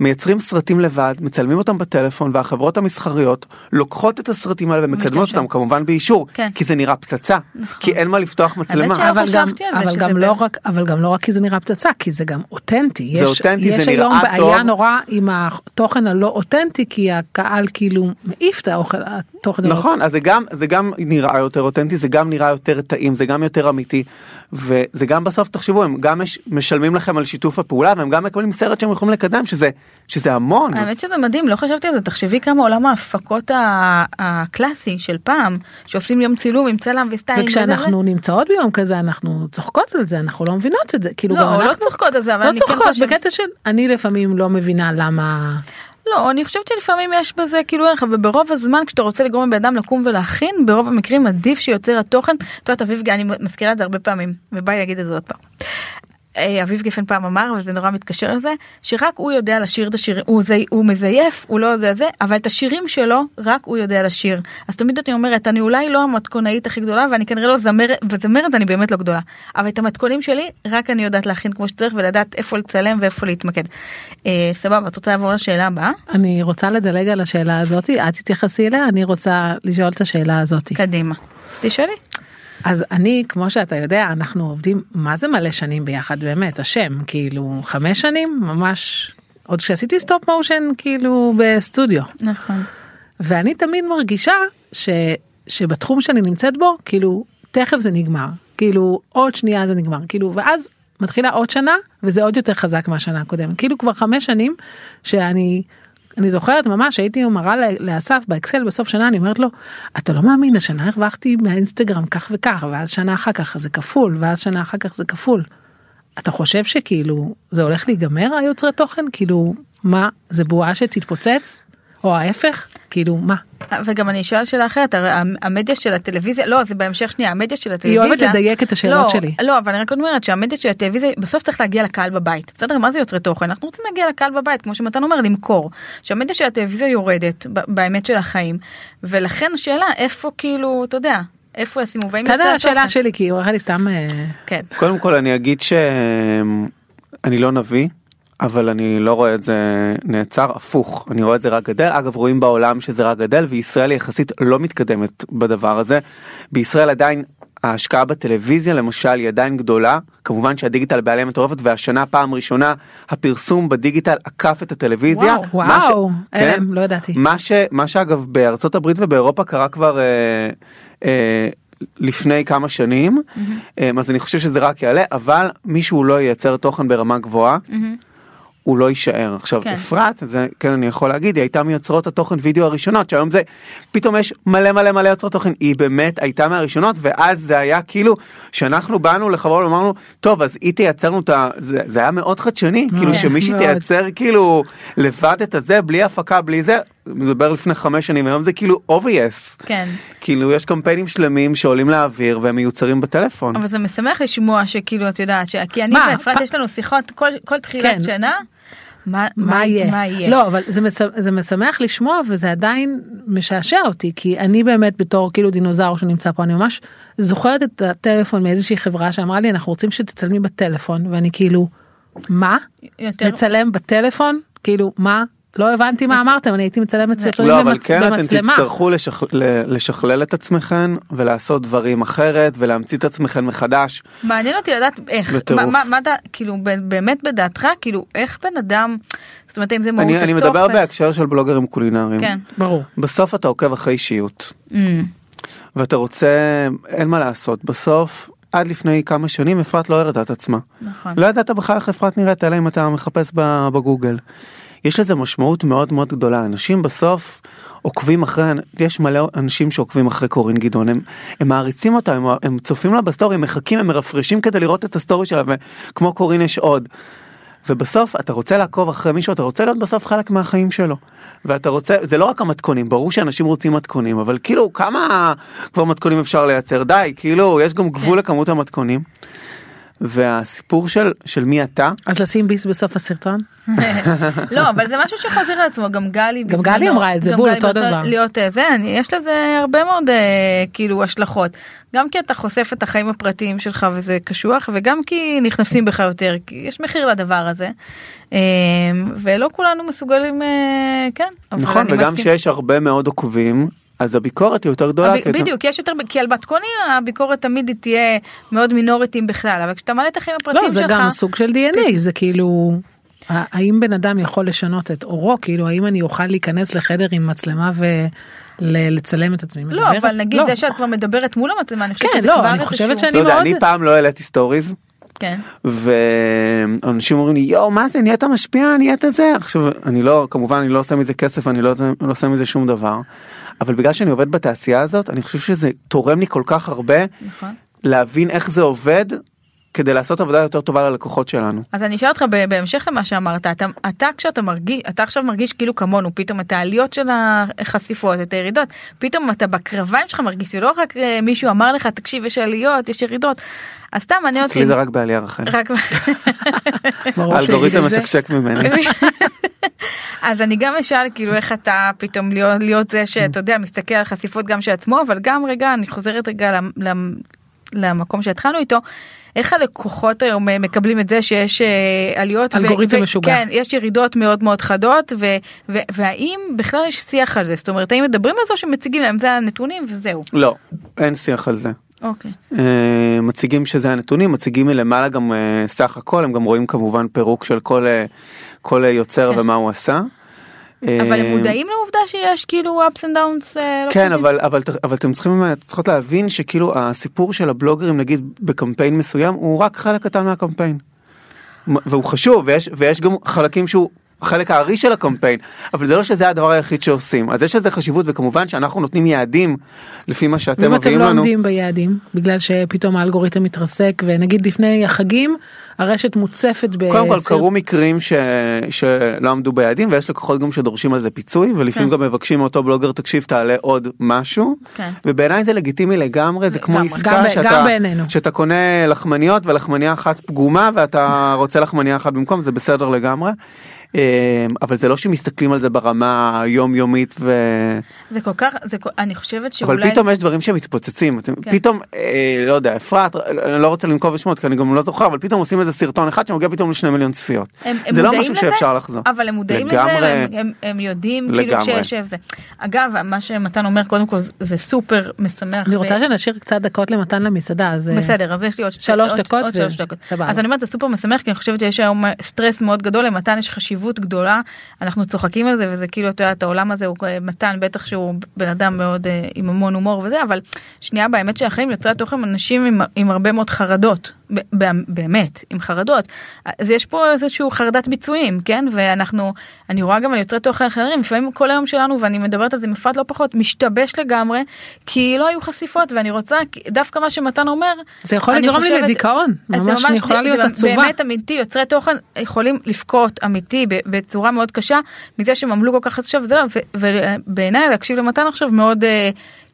[SPEAKER 1] מייצרים סרטים לבד מצלמים אותם בטלפון והחברות המסחריות לוקחות את הסרטים האלה ומקדמות
[SPEAKER 2] משתמשות.
[SPEAKER 1] אותם כמובן באישור
[SPEAKER 2] כן. נכון.
[SPEAKER 1] כי זה נראה פצצה כי אין מה לפתוח מצלמה.
[SPEAKER 2] שלא
[SPEAKER 3] אבל גם,
[SPEAKER 2] לא חשבתי על זה
[SPEAKER 3] אבל
[SPEAKER 2] שזה
[SPEAKER 3] גם לא
[SPEAKER 2] באמת-
[SPEAKER 3] רק אבל גם לא רק כי זה נראה פצצה כי זה גם אותנטי
[SPEAKER 1] זה אותנטי,
[SPEAKER 3] יש
[SPEAKER 1] זה
[SPEAKER 3] היום
[SPEAKER 1] נראה
[SPEAKER 3] בעיה
[SPEAKER 1] טוב.
[SPEAKER 3] נורא עם התוכן הלא אותנטי כי הקהל כאילו מעיף את האוכל התוכן הלא
[SPEAKER 1] נכון אז זה גם זה גם נראה יותר אותנטי זה גם נראה יותר טעים זה גם יותר אמיתי וזה גם בסוף תחשבו הם גם מש, משלמים לכם על שיתוף הפעולה והם גם מקבלים סרט שהם יכולים לקדם שזה שזה המון.
[SPEAKER 2] האמת שזה מדהים לא חשבתי על זה תחשבי כמה עולם ההפקות ה- הקלאסי של פעם שעושים יום צילום עם צלם וסטיילינג וזה וזה.
[SPEAKER 3] וכשאנחנו נמצאות ביום כזה אנחנו צוחקות על זה אנחנו לא מבינות את זה כאילו גם
[SPEAKER 2] לא,
[SPEAKER 3] אנחנו
[SPEAKER 2] לא צוחקות על זה, אבל
[SPEAKER 3] לא
[SPEAKER 2] אני כן
[SPEAKER 3] צוחקות
[SPEAKER 2] חושבת-
[SPEAKER 3] בקטע של אני לפעמים לא מבינה למה
[SPEAKER 2] לא, אני חושבת שלפעמים יש בזה כאילו ערך, אבל ברוב הזמן כשאתה רוצה לגרום לבן אדם לקום ולהכין, ברוב המקרים עדיף שיוצר התוכן. את יודעת, אביב, אני מזכירה את זה הרבה פעמים, ובא לי להגיד את זה עוד פעם. אה, אביב גפן פעם אמר, וזה נורא מתקשר לזה, שרק הוא יודע לשיר את השירים, הוא, זה, הוא מזייף, הוא לא יודע זה, אבל את השירים שלו, רק הוא יודע לשיר. אז תמיד אני אומרת, אני אולי לא המתכונאית הכי גדולה, ואני כנראה לא זמרת, וזמרת אני באמת לא גדולה, אבל את המתכונים שלי, רק אני יודעת להכין כמו שצריך, ולדעת איפה לצלם ואיפה להתמקד. אה, סבבה, את רוצה לעבור לשאלה הבאה?
[SPEAKER 3] אני רוצה לדלג על השאלה הזאת את תתייחסי אליה אני רוצה לשאול את השאלה הזאת.
[SPEAKER 2] קדימה. תשאלי.
[SPEAKER 3] אז אני כמו שאתה יודע אנחנו עובדים מה זה מלא שנים ביחד באמת השם כאילו חמש שנים ממש עוד כשעשיתי סטופ מושן כאילו בסטודיו
[SPEAKER 2] נכון.
[SPEAKER 3] ואני תמיד מרגישה ש, שבתחום שאני נמצאת בו כאילו תכף זה נגמר כאילו עוד שנייה זה נגמר כאילו ואז מתחילה עוד שנה וזה עוד יותר חזק מהשנה הקודמת כאילו כבר חמש שנים שאני. אני זוכרת ממש הייתי מראה ל- לאסף באקסל בסוף שנה אני אומרת לו אתה לא מאמין השנה הרווחתי מהאינסטגרם כך וכך ואז שנה אחר כך זה כפול ואז שנה אחר כך זה כפול. אתה חושב שכאילו זה הולך להיגמר היוצרי תוכן כאילו מה זה בועה שתתפוצץ או ההפך כאילו מה
[SPEAKER 2] וגם אני אשאל שאלה אחרת, הרי המ- המדיה של הטלוויזיה, לא, זה בהמשך שנייה, המדיה של הטלוויזיה.
[SPEAKER 3] אוהבת לדייק את השאלות
[SPEAKER 2] לא,
[SPEAKER 3] שלי.
[SPEAKER 2] לא, אבל אני רק אומרת שהמדיה של הטלוויזיה, בסוף צריך להגיע לקהל בבית. בסדר, מה זה יוצרי תוכן? אנחנו רוצים להגיע לקהל בבית, כמו שמתן אומר, למכור. שהמדיה של הטלוויזיה יורדת, ב- באמת של החיים, ולכן השאלה, איפה כאילו, אתה יודע, איפה ישימו, והאם
[SPEAKER 3] בסדר
[SPEAKER 2] יוצרי
[SPEAKER 3] השאלה
[SPEAKER 2] התוכן-
[SPEAKER 3] שלי כי הוא לי סתם אה,
[SPEAKER 2] כן.
[SPEAKER 1] קודם כל אני אגיד שאני לא נביא אבל אני לא רואה את זה נעצר הפוך אני רואה את זה רק גדל אגב רואים בעולם שזה רק גדל וישראל היא יחסית לא מתקדמת בדבר הזה בישראל עדיין. ההשקעה בטלוויזיה למשל היא עדיין גדולה כמובן שהדיגיטל בעלייה מטורפת והשנה פעם ראשונה הפרסום בדיגיטל עקף את הטלוויזיה.
[SPEAKER 3] וואו,
[SPEAKER 1] מה כן?
[SPEAKER 3] וואו, הלם, לא ידעתי.
[SPEAKER 1] מה ש... מה שאגב בארצות הברית ובאירופה קרה כבר אה, אה, לפני כמה שנים אה, אז אני חושב שזה רק יעלה אבל מישהו לא ייצר תוכן ברמה גבוהה. הוא לא יישאר עכשיו
[SPEAKER 2] כן.
[SPEAKER 1] אפרת זה כן אני יכול להגיד היא הייתה מיוצרות התוכן וידאו הראשונות שהיום זה פתאום יש מלא מלא מלא יוצרות תוכן היא באמת הייתה מהראשונות ואז זה היה כאילו שאנחנו באנו לחברות ואמרנו טוב אז היא תייצר לנו את ה... זה, זה היה מאוד חדשני כאילו
[SPEAKER 3] כן,
[SPEAKER 1] שמישהי
[SPEAKER 3] מאוד.
[SPEAKER 1] תייצר. לייצר כאילו לבד את הזה בלי הפקה בלי זה מדבר לפני חמש שנים היום זה כאילו obvious
[SPEAKER 2] כן.
[SPEAKER 1] כאילו יש קמפיינים שלמים שעולים לאוויר והם מיוצרים בטלפון.
[SPEAKER 2] אבל זה משמח לשמוע שכאילו את יודעת ש- כי אני
[SPEAKER 3] מה?
[SPEAKER 2] ואפרת
[SPEAKER 3] פ-
[SPEAKER 2] יש לנו שיחות כל כל תחילת
[SPEAKER 3] כן.
[SPEAKER 2] שנה. מה
[SPEAKER 3] מה יהיה
[SPEAKER 2] מה יהיה?
[SPEAKER 3] לא אבל זה, מש, זה משמח לשמוע וזה עדיין משעשע אותי כי אני באמת בתור כאילו דינוזאור שנמצא פה אני ממש זוכרת את הטלפון מאיזושהי חברה שאמרה לי אנחנו רוצים שתצלמי בטלפון ואני כאילו מה
[SPEAKER 1] כן.
[SPEAKER 2] יותר-
[SPEAKER 3] נצלם בטלפון כאילו מה לא הבנתי מה אמרתם, אני הייתי מצלמת סרטונים
[SPEAKER 1] לא, אבל
[SPEAKER 3] במצ-
[SPEAKER 1] כן, אתם
[SPEAKER 3] במצלמה.
[SPEAKER 1] תצטרכו לשכ... ל- לשכלל את עצמכן ולעשות דברים אחרת ולהמציא את עצמכן מחדש.
[SPEAKER 2] מעניין אותי לדעת איך,
[SPEAKER 1] בטירוף.
[SPEAKER 2] מה- מה- מה דע- כאילו ב- באמת בדעתך, כאילו איך בן אדם, זאת אומרת אם זה מהות
[SPEAKER 1] אני,
[SPEAKER 2] התוכן.
[SPEAKER 1] אני מדבר בהקשר של בלוגרים קולינריים.
[SPEAKER 2] כן.
[SPEAKER 3] ברור.
[SPEAKER 1] בסוף אתה עוקב אחרי אישיות
[SPEAKER 2] אמ,
[SPEAKER 1] ואתה רוצה, אין מה לעשות, בסוף עד לפני כמה שנים אפרת לא הראתה את עצמה.
[SPEAKER 2] נכון.
[SPEAKER 1] לא ידעת בכלל איך אפרת נראית אלא אם אתה מחפש ב- בגוגל. יש לזה משמעות מאוד מאוד גדולה אנשים בסוף עוקבים אחרי יש מלא אנשים שעוקבים אחרי קורין גדעון הם, הם מעריצים אותה הם, הם צופים לה בסטורי הם מחכים הם מרפרשים כדי לראות את הסטורי שלה וכמו קורין יש עוד. ובסוף אתה רוצה לעקוב אחרי מישהו אתה רוצה להיות בסוף חלק מהחיים שלו ואתה רוצה זה לא רק המתכונים ברור שאנשים רוצים מתכונים אבל כאילו כמה כבר מתכונים אפשר לייצר די כאילו יש גם גבול לכמות המתכונים. והסיפור של של מי אתה
[SPEAKER 3] אז לשים ביס בסוף הסרטון?
[SPEAKER 2] לא אבל זה משהו שחוזר על עצמו גם גלי
[SPEAKER 3] גם
[SPEAKER 2] בזמנו-
[SPEAKER 3] גלי אמרה את זה,
[SPEAKER 2] גם
[SPEAKER 3] בול,
[SPEAKER 2] גלי
[SPEAKER 3] אותו
[SPEAKER 2] באותו-
[SPEAKER 3] דבר.
[SPEAKER 2] להיות אה, זה אני- יש לזה הרבה מאוד אה, כאילו השלכות גם כי אתה חושף את החיים הפרטיים שלך וזה קשוח וגם כי נכנסים בך יותר כי יש מחיר לדבר הזה אה, ולא כולנו מסוגלים אה, כן אבל
[SPEAKER 1] נכון
[SPEAKER 2] אני
[SPEAKER 1] וגם
[SPEAKER 2] מסכים.
[SPEAKER 1] שיש הרבה מאוד עוקבים אז הביקורת היא יותר גדולה.
[SPEAKER 2] הב-
[SPEAKER 1] כי אתה-
[SPEAKER 2] בדיוק יש יותר כי על בתקוני הביקורת תמיד היא תהיה מאוד מינורית אם בכלל אבל כשאתה מעלה את החיים הפרטיים
[SPEAKER 3] לא, זה
[SPEAKER 2] שלך
[SPEAKER 3] גם סוג של DNA, זה כאילו, ה- האם בן אדם יכול לשנות את עורו? כאילו, האם אני אוכל להיכנס לחדר עם מצלמה ולצלם את עצמי?
[SPEAKER 2] לא
[SPEAKER 3] מדברת?
[SPEAKER 2] אבל נגיד
[SPEAKER 3] לא.
[SPEAKER 2] זה שאת כבר מדברת מול המצלמה אני חושבת
[SPEAKER 3] כן,
[SPEAKER 2] שזה
[SPEAKER 3] לא,
[SPEAKER 2] כבר
[SPEAKER 3] אני חושבת
[SPEAKER 2] איזשהו-
[SPEAKER 3] שאני
[SPEAKER 1] לא יודע
[SPEAKER 3] מאוד-
[SPEAKER 1] אני פעם לא העליתי סטוריז
[SPEAKER 2] כן.
[SPEAKER 1] ואנשים אומרים לי יואו מה זה נהיית משפיע נהיית זה עכשיו אני לא כמובן אני לא עושה מזה כסף אני לא, עושה- לא עושה מזה שום דבר אבל בגלל שאני עובד בתעשייה הזאת אני חושב שזה תורם לי כל כך הרבה
[SPEAKER 2] נכון.
[SPEAKER 1] להבין איך זה עובד כדי לעשות עבודה יותר טובה ללקוחות שלנו.
[SPEAKER 2] אז אני אשאל אותך ב- בהמשך למה שאמרת אתה, אתה כשאתה מרגיש אתה עכשיו מרגיש כאילו כמונו פתאום את העליות של החשיפות את הירידות פתאום אתה בקרביים שלך מרגיש זה לא רק אה, מישהו אמר לך תקשיב יש עליות יש ירידות. אז סתם מעניין אותי.
[SPEAKER 1] אצלי זה רק בעלייה רחל.
[SPEAKER 2] אוקיי. רק...
[SPEAKER 3] ברור שיגיד
[SPEAKER 1] האלגוריתם
[SPEAKER 3] את זה.
[SPEAKER 1] משקשק ממני.
[SPEAKER 2] אוקיי. אז אני גם אשאל כאילו איך אתה פתאום להיות, להיות זה שאתה יודע מסתכל על חשיפות גם של עצמו אבל גם רגע אני חוזרת רגע למ, למ, למקום שהתחלנו איתו. איך הלקוחות היום אה, מקבלים את זה שיש אה, עליות ו-
[SPEAKER 3] אלגוריתם
[SPEAKER 2] ו-
[SPEAKER 3] משוגע.
[SPEAKER 2] כן, יש ירידות מאוד מאוד חדות ו, ו, והאם בכלל יש שיח על זה זאת אומרת האם מדברים על זה או שמציגים להם זה הנתונים וזהו.
[SPEAKER 1] לא אין שיח על זה.
[SPEAKER 2] אוקיי.
[SPEAKER 1] אה, מציגים שזה הנתונים מציגים מלמעלה גם אה, סך הכל הם גם רואים כמובן פירוק של כל אה, כל אה, יוצר
[SPEAKER 2] כן.
[SPEAKER 1] ומה הוא עשה.
[SPEAKER 2] אבל הם
[SPEAKER 1] אה,
[SPEAKER 2] מודעים לעובדה שיש כאילו ups and downs. אה, לא
[SPEAKER 1] כן
[SPEAKER 2] פשוטים?
[SPEAKER 1] אבל אבל ת- אבל אתם צריכים אה, צריכות להבין שכאילו הסיפור של הבלוגרים נגיד בקמפיין מסוים הוא רק חלק קטן מהקמפיין. מ- והוא חשוב ויש ויש גם חלקים שהוא. החלק הארי של הקמפיין אבל זה לא שזה הדבר היחיד שעושים אז יש לזה חשיבות וכמובן שאנחנו נותנים יעדים לפי מה שאתם
[SPEAKER 3] ואם אתם
[SPEAKER 1] מביאים
[SPEAKER 3] לא
[SPEAKER 1] לנו.
[SPEAKER 3] עומדים ביעדים, בגלל שפתאום האלגוריתם מתרסק, ונגיד לפני החגים, הרשת מוצפת ב...
[SPEAKER 1] קודם
[SPEAKER 2] אה,
[SPEAKER 1] כל קרו מקרים ש... שלא עמדו ביעדים ויש לקוחות גם שדורשים על זה פיצוי ולפעמים
[SPEAKER 2] כן.
[SPEAKER 1] גם מבקשים מאותו בלוגר תקשיב תעלה עוד משהו
[SPEAKER 2] כן.
[SPEAKER 1] ובעיניי זה לגיטימי לגמרי זה כמו
[SPEAKER 2] לגמרי.
[SPEAKER 1] עסקה
[SPEAKER 3] גם ב-
[SPEAKER 1] שאתה,
[SPEAKER 3] גם בעינינו.
[SPEAKER 1] שאתה קונה לחמניות ולחמניה אחת פגומה ואתה רוצה לחמניה אחת במקום זה בסדר לגמרי אמ, אבל זה לא שמסתכלים על זה ברמה היומיומית ו...
[SPEAKER 2] זה כל כך זה כל- אני חושבת שאולי.
[SPEAKER 1] אבל פתאום יש דברים שמתפוצצים אתם
[SPEAKER 2] כן.
[SPEAKER 1] פתאום אה, לא יודע אפרת אני לא רוצה לנקוב בשמות כי אני גם לא זוכר אבל פתאום עושים איזה סרטון אחד שמגיע פתאום לשני מיליון צפיות.
[SPEAKER 2] הם, הם
[SPEAKER 1] זה לא משהו
[SPEAKER 2] מודעים לזה,
[SPEAKER 1] שאפשר לחזור.
[SPEAKER 2] אבל הם מודעים לזה,
[SPEAKER 1] לגמרי.
[SPEAKER 2] הם, הם, הם יודעים כאילו
[SPEAKER 1] לגמרי.
[SPEAKER 2] שיש זה. אגב, מה שמתן אומר קודם כל זה סופר משמח.
[SPEAKER 3] אני רוצה שנשאיר קצת דקות למתן למסעדה, אז... אה,
[SPEAKER 2] בסדר, אז יש לי עוד
[SPEAKER 3] שלוש
[SPEAKER 2] עוד-
[SPEAKER 3] דקות
[SPEAKER 2] עוד
[SPEAKER 3] ו-
[SPEAKER 2] שלוש דקות.
[SPEAKER 3] סבבה.
[SPEAKER 2] אז אני אומרת זה סופר משמח כי אני חושבת שיש היום אה, סטרס מאוד גדול למתן יש חשיבות גדולה אנחנו צוחקים על זה וזה כאילו אתה יודעת העולם הזה הוא אה, מתן בטח שהוא בן אדם מאוד אה, עם המון הומור וזה אבל שנייה באמת שהחיים יוצרי תוכן הם אנשים עם, עם הרבה מאוד חרדות ב- ב- באמת עם חרדות אז יש פה איזשהו חרדת ביצועים כן ואנחנו אני רואה גם על יוצרי תוכן אחרים לפעמים כל היום שלנו ואני מדברת על זה עם אפרת לא פחות משתבש לגמרי כי לא היו חשיפות ואני רוצה כי- דווקא מה שמתן אומר
[SPEAKER 3] זה יכול
[SPEAKER 2] אני
[SPEAKER 3] לגרום לי
[SPEAKER 2] חושבת-
[SPEAKER 3] לדיכאון,
[SPEAKER 2] אז זה
[SPEAKER 3] ממש אני יכולה
[SPEAKER 2] זה-
[SPEAKER 3] להיות
[SPEAKER 2] זה
[SPEAKER 3] עצובה.
[SPEAKER 2] באמת אמיתי, יוצרי תוכן יכולים לבכות אמיתי ב- בצורה מאוד קשה מזה שהם עמלו כל כך עכשיו, זה לא, ו- ובעיניי להקשיב למתן עכשיו מאוד אה,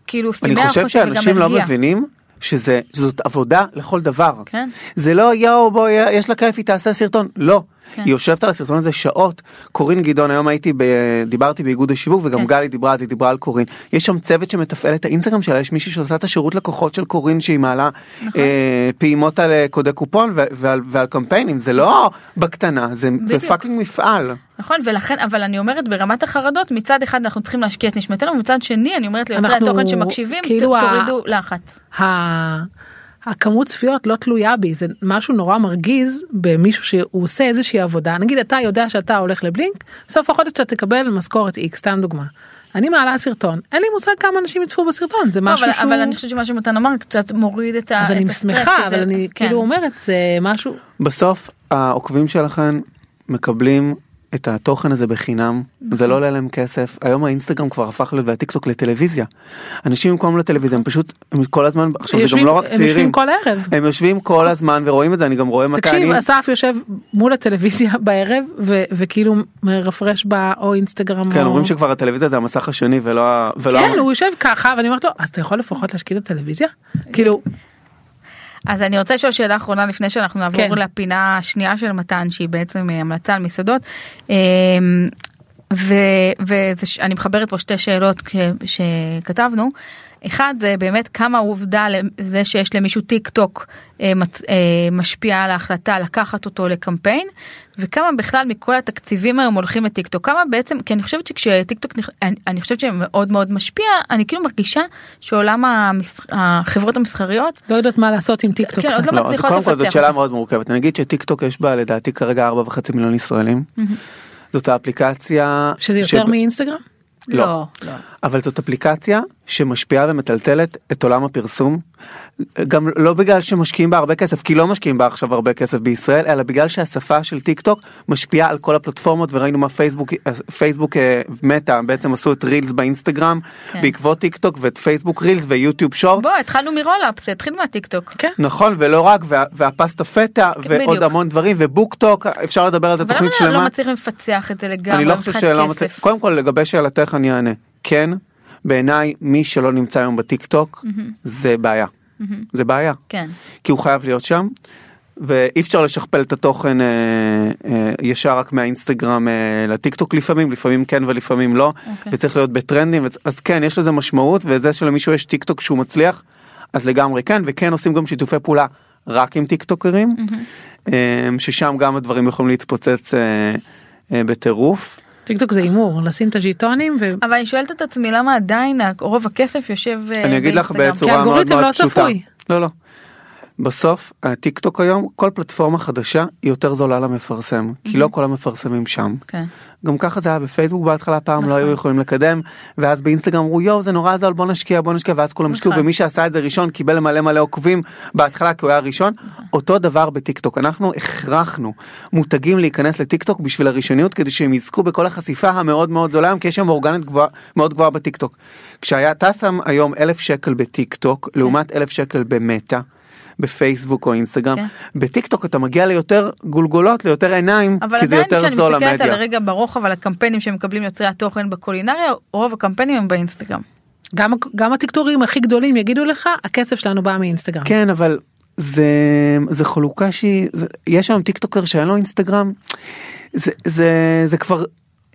[SPEAKER 2] כאילו שימח
[SPEAKER 1] אני
[SPEAKER 2] אותי
[SPEAKER 1] חושב
[SPEAKER 2] וגם
[SPEAKER 1] שאנשים לא
[SPEAKER 2] הרגיע.
[SPEAKER 1] מבינים שזה זאת עבודה לכל דבר.
[SPEAKER 2] כן.
[SPEAKER 1] זה לא יואו בואי יש לה כיף היא תעשה סרטון לא
[SPEAKER 2] כן.
[SPEAKER 1] היא יושבת על הסרטון הזה שעות. קורין גדעון, היום הייתי, ב... דיברתי באיגוד השיווק וגם
[SPEAKER 2] כן.
[SPEAKER 1] גלי דיברה, אז היא דיברה על קורין. יש שם צוות שמתפעל את האינסטגרם שלה, יש מישהי שעושה את השירות לקוחות של קורין שהיא מעלה
[SPEAKER 2] נכון.
[SPEAKER 1] אה, פעימות על אה, קודי קופון ו- ועל, ועל קמפיינים, זה לא בקטנה, זה, זה
[SPEAKER 2] בדיוק.
[SPEAKER 1] פאקינג מפעל.
[SPEAKER 2] נכון ולכן אבל אני אומרת ברמת החרדות מצד אחד אנחנו צריכים להשקיע את נשמתנו ומצד שני אני אומרת ליוצרי
[SPEAKER 3] אנחנו-
[SPEAKER 2] התוכן שמקשיבים ת-
[SPEAKER 3] כאילו ה-
[SPEAKER 2] תורידו לחץ.
[SPEAKER 3] ה... הכמות צפיות לא תלויה בי זה משהו נורא מרגיז במישהו שהוא עושה איזושהי עבודה נגיד אתה יודע שאתה הולך לבלינק סוף החודש אתה תקבל משכורת x סתם דוגמה. אני מעלה סרטון אין לי מושג כמה אנשים יצפו בסרטון זה
[SPEAKER 2] לא,
[SPEAKER 3] משהו
[SPEAKER 2] אבל,
[SPEAKER 3] שהוא
[SPEAKER 2] אבל אני חושבת שמה שמתן אמר קצת מוריד את ה...
[SPEAKER 3] אז
[SPEAKER 2] את
[SPEAKER 3] אני
[SPEAKER 2] הסטרס,
[SPEAKER 3] שמחה
[SPEAKER 2] שזה-
[SPEAKER 3] אבל אני
[SPEAKER 2] כן.
[SPEAKER 3] כאילו אומרת זה משהו
[SPEAKER 1] בסוף העוקבים שלכם מקבלים את התוכן הזה בחינם
[SPEAKER 3] נכון.
[SPEAKER 1] זה לא עולה להם כסף היום האינסטגרם כבר הפך להיות והטיקטוק לטלוויזיה. אנשים במקום לטלוויזיה הם פשוט הם כל הזמן עכשיו זה גם
[SPEAKER 3] יושבים-
[SPEAKER 1] לא רק
[SPEAKER 3] הם יושבים
[SPEAKER 1] צעירים
[SPEAKER 3] כל ערב.
[SPEAKER 1] הם יושבים כל הזמן ורואים את זה אני גם רואה מתי
[SPEAKER 3] תקשיב
[SPEAKER 1] אני
[SPEAKER 3] אסף יושב מול הטלוויזיה בערב ו- וכאילו מרפרש בה או אינסטגרם
[SPEAKER 1] כן
[SPEAKER 3] או...
[SPEAKER 1] אומרים שכבר הטלוויזיה זה המסך השני ולא ה- ולא
[SPEAKER 3] כן
[SPEAKER 1] ה-
[SPEAKER 3] הוא יושב ככה ואני אומרת לו אז אתה יכול לפחות להשקיע את הטלוויזיה כאילו
[SPEAKER 2] אז אני רוצה לשאול שאלה אחרונה לפני שאנחנו נעבור
[SPEAKER 3] כן.
[SPEAKER 2] כן. לפינה השנייה של מתן שהיא בעצם אה, המלצה על מסעדות. אמ, ו, ואני מחברת פה שתי שאלות כש, שכתבנו. אחד זה באמת כמה העובדה לזה שיש למישהו טיק טוק אה, מצ- אה, משפיעה על ההחלטה לקחת אותו לקמפיין וכמה בכלל מכל התקציבים היום הולכים לטיק טוק כמה בעצם כי אני חושבת שכשטיק טוק אני, אני חושבת שמאוד מאוד משפיע אני כאילו מרגישה שעולם המס, החברות המסחריות
[SPEAKER 3] לא יודעת מה לעשות עם טיק טוק.
[SPEAKER 2] כן, עוד לא
[SPEAKER 1] לא, אז
[SPEAKER 2] מצליחות
[SPEAKER 1] קודם כל
[SPEAKER 2] לפצח
[SPEAKER 1] זאת שאלה
[SPEAKER 2] אותה.
[SPEAKER 1] מאוד מורכבת אני אגיד שטיק טוק יש בה לדעתי כרגע 4.5 מיליון ישראלים זאת האפליקציה
[SPEAKER 3] שזה
[SPEAKER 1] לא- שב-
[SPEAKER 3] יותר מאינסטגרם?
[SPEAKER 1] לא.
[SPEAKER 2] לא.
[SPEAKER 1] אבל זאת אפליקציה שמשפיעה ומטלטלת את עולם הפרסום. גם לא בגלל שמשקיעים בה הרבה כסף כי לא משקיעים בה עכשיו הרבה כסף בישראל אלא בגלל שהשפה של טיק טוק משפיעה על כל הפלטפורמות וראינו מה פייסבוק פייסבוק אה, מטא בעצם עשו את רילס באינסטגרם
[SPEAKER 2] כן.
[SPEAKER 1] בעקבות טיק טוק ואת פייסבוק רילס ויוטיוב שורט
[SPEAKER 2] בוא התחלנו מרולאפ זה התחיל מהטיקטוק.
[SPEAKER 3] כן.
[SPEAKER 1] נכון ולא רק וה, והפסטה פטה ועוד
[SPEAKER 2] בדיוק.
[SPEAKER 1] המון דברים ובוק טוק אפשר לדבר על זה
[SPEAKER 2] אבל
[SPEAKER 1] תוכנית
[SPEAKER 2] למה לא
[SPEAKER 1] שלמה.
[SPEAKER 2] מצליחים לפצח את זה לגמרי?
[SPEAKER 1] אני לא חושב
[SPEAKER 2] מבחינת
[SPEAKER 1] שלא
[SPEAKER 2] כסף?
[SPEAKER 1] מצליח, קודם כל לגבי שאלתך אני אענה, כן, בעיניי מי שלא נמצא היום בטיק טוק זה בעיה, זה בעיה,
[SPEAKER 2] כן.
[SPEAKER 1] כי הוא חייב להיות שם, ואי אפשר לשכפל את התוכן אה, אה, ישר רק מהאינסטגרם אה, לטיק טוק לפעמים, לפעמים כן ולפעמים לא,
[SPEAKER 2] אוקיי.
[SPEAKER 1] וצריך להיות בטרנדים, וצ- אז כן יש לזה משמעות, וזה שלמישהו יש טיק טוק שהוא מצליח, אז לגמרי כן, וכן עושים גם שיתופי פעולה רק עם טיק טוקרים, אה, ששם גם הדברים יכולים להתפוצץ אה, אה, בטירוף.
[SPEAKER 3] טיק טוק זה הימור לשים את הז'יטונים ו...
[SPEAKER 2] אבל אני שואלת את עצמי למה עדיין רוב הכסף יושב אה,
[SPEAKER 1] אני אגיד לך
[SPEAKER 2] באינסטגרם?
[SPEAKER 1] בצורה
[SPEAKER 3] האלגוריתם
[SPEAKER 1] מאוד מאוד
[SPEAKER 3] לא
[SPEAKER 1] פשוטה.
[SPEAKER 3] צפוי.
[SPEAKER 1] לא לא. בסוף הטיק טוק היום כל פלטפורמה חדשה היא יותר זולה למפרסם כי לא כל המפרסמים שם.
[SPEAKER 2] כן.
[SPEAKER 1] גם ככה זה היה בפייסבוק בהתחלה
[SPEAKER 2] נכון.
[SPEAKER 1] פעם לא היו יכולים לקדם ואז באינסטגרם אמרו יואו זה נורא זול בוא נשקיע בוא נשקיע ואז כולם השקיעו
[SPEAKER 2] נכון.
[SPEAKER 1] ומי שעשה את זה ראשון קיבל מלא מלא עוקבים בהתחלה כי הוא היה ראשון
[SPEAKER 2] נכון.
[SPEAKER 1] אותו דבר בטיק טוק אנחנו הכרחנו מותגים להיכנס לטיק טוק בשביל הראשוניות כדי שהם יזכו בכל החשיפה המאוד מאוד זולה היום, כי יש שם אורגנית גבוהה מאוד גבוהה בטיק טוק. כשהיה אתה שם היום אלף שקל בטיק טוק
[SPEAKER 2] כן.
[SPEAKER 1] לעומת אלף שקל במטה. בפייסבוק או אינסטגרם
[SPEAKER 2] כן.
[SPEAKER 1] בטיק טוק אתה מגיע ליותר גולגולות ליותר עיניים
[SPEAKER 2] אבל
[SPEAKER 1] כי זה
[SPEAKER 2] עדיין
[SPEAKER 1] יותר
[SPEAKER 2] כשאני
[SPEAKER 1] זול
[SPEAKER 2] מסתכלת על
[SPEAKER 1] למדיה.
[SPEAKER 2] רגע ברוחב על הקמפיינים שמקבלים יוצרי התוכן בקולינריה רוב הקמפיינים הם באינסטגרם.
[SPEAKER 3] גם, גם הטיקטורים הכי גדולים יגידו לך הכסף שלנו בא
[SPEAKER 2] אה.
[SPEAKER 3] מאינסטגרם.
[SPEAKER 1] כן אבל זה זה חלוקה שהיא זה, יש היום טיק טוקר שאין לו אינסטגרם זה זה זה כבר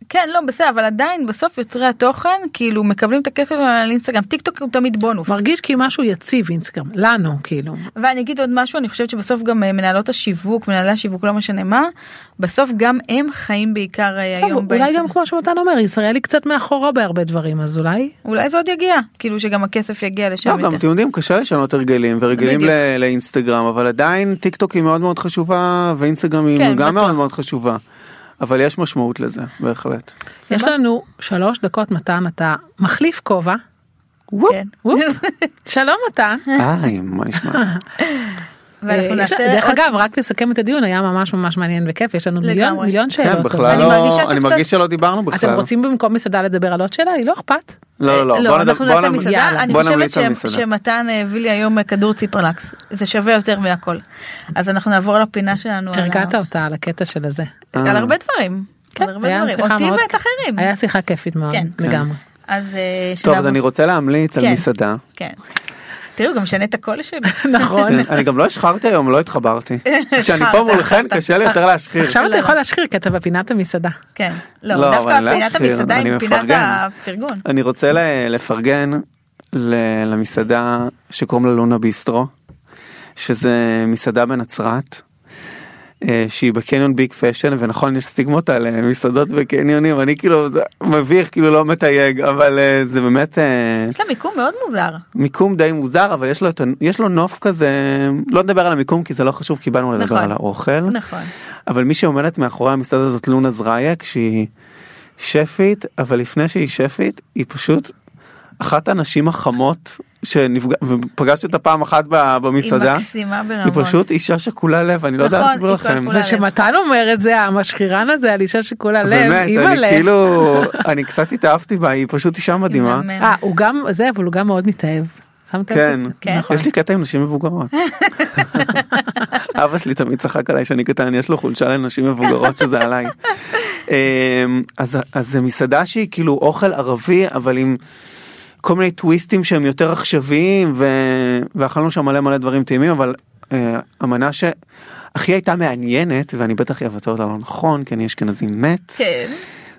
[SPEAKER 2] כן לא בסדר אבל עדיין בסוף יוצרי התוכן כאילו מקבלים את הכסף שלהם על אינסטגרם טיקטוק הוא תמיד בונוס.
[SPEAKER 3] מרגיש כי משהו יציב אינסטגרם לנו כאילו
[SPEAKER 2] ואני אגיד עוד משהו אני חושבת שבסוף גם אה, מנהלות השיווק מנהלי השיווק לא משנה מה בסוף גם הם חיים בעיקר אה,
[SPEAKER 3] טוב,
[SPEAKER 2] היום
[SPEAKER 3] אולי גם
[SPEAKER 2] באינסטגרם.
[SPEAKER 3] כמו שמתן אומר ישראל היא קצת מאחורה בהרבה דברים אז אולי
[SPEAKER 2] אולי זה עוד יגיע כאילו שגם הכסף יגיע לשם
[SPEAKER 1] לא, גם
[SPEAKER 2] יותר.
[SPEAKER 1] אתם יודעים קשה לשנות הרגלים ורגילים
[SPEAKER 2] בדיוק.
[SPEAKER 1] ל- לאינסטגרם אבל עדיין טיק טוק היא מאוד מאוד חשובה ואינסטגרם היא
[SPEAKER 2] כן,
[SPEAKER 1] גם
[SPEAKER 2] בטוח.
[SPEAKER 1] מאוד מאוד חשובה. אבל יש משמעות לזה בהחלט.
[SPEAKER 3] יש לנו שלוש דקות מתן אתה מחליף כובע. אה,
[SPEAKER 2] כן.
[SPEAKER 3] וופ. שלום מתן.
[SPEAKER 1] היי מה נשמע?
[SPEAKER 2] ואנחנו
[SPEAKER 3] אה, יש-
[SPEAKER 2] נעשה
[SPEAKER 3] דרך
[SPEAKER 2] עוד-
[SPEAKER 3] אגב רק לסכם את הדיון היה ממש ממש מעניין וכיף יש לנו מיליון
[SPEAKER 2] לגמרי.
[SPEAKER 3] מיליון שאלות.
[SPEAKER 1] כן
[SPEAKER 3] אבל-
[SPEAKER 1] בכלל
[SPEAKER 2] אני מרגישה
[SPEAKER 1] לא
[SPEAKER 2] שקצת-
[SPEAKER 1] אני מרגיש שלא דיברנו
[SPEAKER 3] אתם
[SPEAKER 1] בכלל.
[SPEAKER 3] רוצים במקום מסעדה לדבר על עוד שאלה? היא לא אכפת.
[SPEAKER 1] לא לא
[SPEAKER 2] אה,
[SPEAKER 1] לא בוא נדבר-
[SPEAKER 2] אנחנו
[SPEAKER 1] בוא
[SPEAKER 2] נעשה
[SPEAKER 1] נמ-
[SPEAKER 2] מסעדה, אני
[SPEAKER 1] בוא
[SPEAKER 2] חושבת
[SPEAKER 1] נמליץ על
[SPEAKER 2] ש-
[SPEAKER 1] מסעדה.
[SPEAKER 2] שמתן אה, הביא לי היום אה, כדור ציפרלקס, זה שווה יותר מהכל. אז אנחנו נעבור לפינה שלנו, על ה-
[SPEAKER 3] הרגעת אותה על הקטע של הזה.
[SPEAKER 1] אה.
[SPEAKER 2] על הרבה דברים,
[SPEAKER 3] כן,
[SPEAKER 2] על הרבה
[SPEAKER 3] היה
[SPEAKER 2] דברים,
[SPEAKER 3] שיחה
[SPEAKER 2] אותי
[SPEAKER 3] מאוד-
[SPEAKER 2] ואת אחרים.
[SPEAKER 3] היה שיחה כיפית מאוד
[SPEAKER 2] כן.
[SPEAKER 3] לגמרי.
[SPEAKER 2] אז אה,
[SPEAKER 1] טוב
[SPEAKER 2] שנעבור-
[SPEAKER 1] אז אני רוצה להמליץ על
[SPEAKER 2] כן.
[SPEAKER 1] מסעדה
[SPEAKER 2] כן. תראו, הוא גם משנה את הקול שלו.
[SPEAKER 3] נכון.
[SPEAKER 1] אני אני גם לא השחרתי היום, לא התחברתי. כשאני פה
[SPEAKER 2] השחרת,
[SPEAKER 1] מולכן
[SPEAKER 2] השחרת.
[SPEAKER 1] קשה לי יותר להשחיר.
[SPEAKER 3] עכשיו אתה
[SPEAKER 2] לא.
[SPEAKER 3] יכול להשחיר כי אתה בפינת המסעדה.
[SPEAKER 2] כן.
[SPEAKER 1] לא,
[SPEAKER 2] לא,
[SPEAKER 1] אבל אני לא
[SPEAKER 2] דווקא פינת
[SPEAKER 1] אשחיר,
[SPEAKER 2] המסעדה
[SPEAKER 1] אני
[SPEAKER 2] עם פינת
[SPEAKER 1] מפרגן.
[SPEAKER 2] הפרגון.
[SPEAKER 1] אני רוצה ל- לפרגן ל- למסעדה שקוראים לה לונה ביסטרו, שזה מסעדה בנצרת, אה, שהיא בקניון ביג פאשן, ונכון יש סטיגמות על אה, מסעדות בקניונים, אני כאילו זה מביך, כאילו לא מתייג, אבל אה, זה באמת אה,
[SPEAKER 2] יש לה מיקום מאוד מוזר.
[SPEAKER 1] מיקום די מוזר, אבל יש לו, את ה- יש לו נוף כזה, לא נדבר על המיקום כי זה לא חשוב, כי באנו לדבר
[SPEAKER 2] נכון.
[SPEAKER 1] על האוכל.
[SPEAKER 2] נכון.
[SPEAKER 1] אבל מי שעומדת מאחורי המסעדה הזאת לונה זרייק שהיא שפית אבל לפני שהיא שפית היא פשוט אחת הנשים החמות שנפגע ופגשתי אותה פעם אחת ב-
[SPEAKER 2] היא
[SPEAKER 1] במסעדה
[SPEAKER 2] מקסימה
[SPEAKER 1] היא
[SPEAKER 2] ברמות.
[SPEAKER 1] פשוט אישה שכולה לב אני לא יודע
[SPEAKER 2] נכון,
[SPEAKER 1] להסביר
[SPEAKER 2] היא כל
[SPEAKER 1] לכם.
[SPEAKER 2] כולה
[SPEAKER 3] ושמתן אומר את זה המשחירן הזה על אישה שכולה לב,
[SPEAKER 1] באמת,
[SPEAKER 3] אימא'לה.
[SPEAKER 1] אני כאילו, אני קצת התאהבתי בה, היא פשוט אישה מדהימה.
[SPEAKER 2] מהממת.
[SPEAKER 3] אה, הוא גם זה אבל הוא גם מאוד מתאהב. שמת לב?
[SPEAKER 1] כן,
[SPEAKER 2] כן?
[SPEAKER 1] נכון. יש לי קטע עם נשים מבוגרות. אבא שלי תמיד צחק עליי שאני קטן, יש לו חולשה לנשים מבוגרות שזה עליי. אמ, אז אז זה מסעדה שהיא כאילו אוכל ערבי, אבל עם כל מיני טוויסטים שהם יותר עכשוויים, ו- ואכלנו שם מלא מלא דברים טעימים, אבל אה, המנה שהכי הייתה מעניינת, ואני בטח אבצע אותה לא נכון, כי אני אשכנזי מת.
[SPEAKER 2] כן.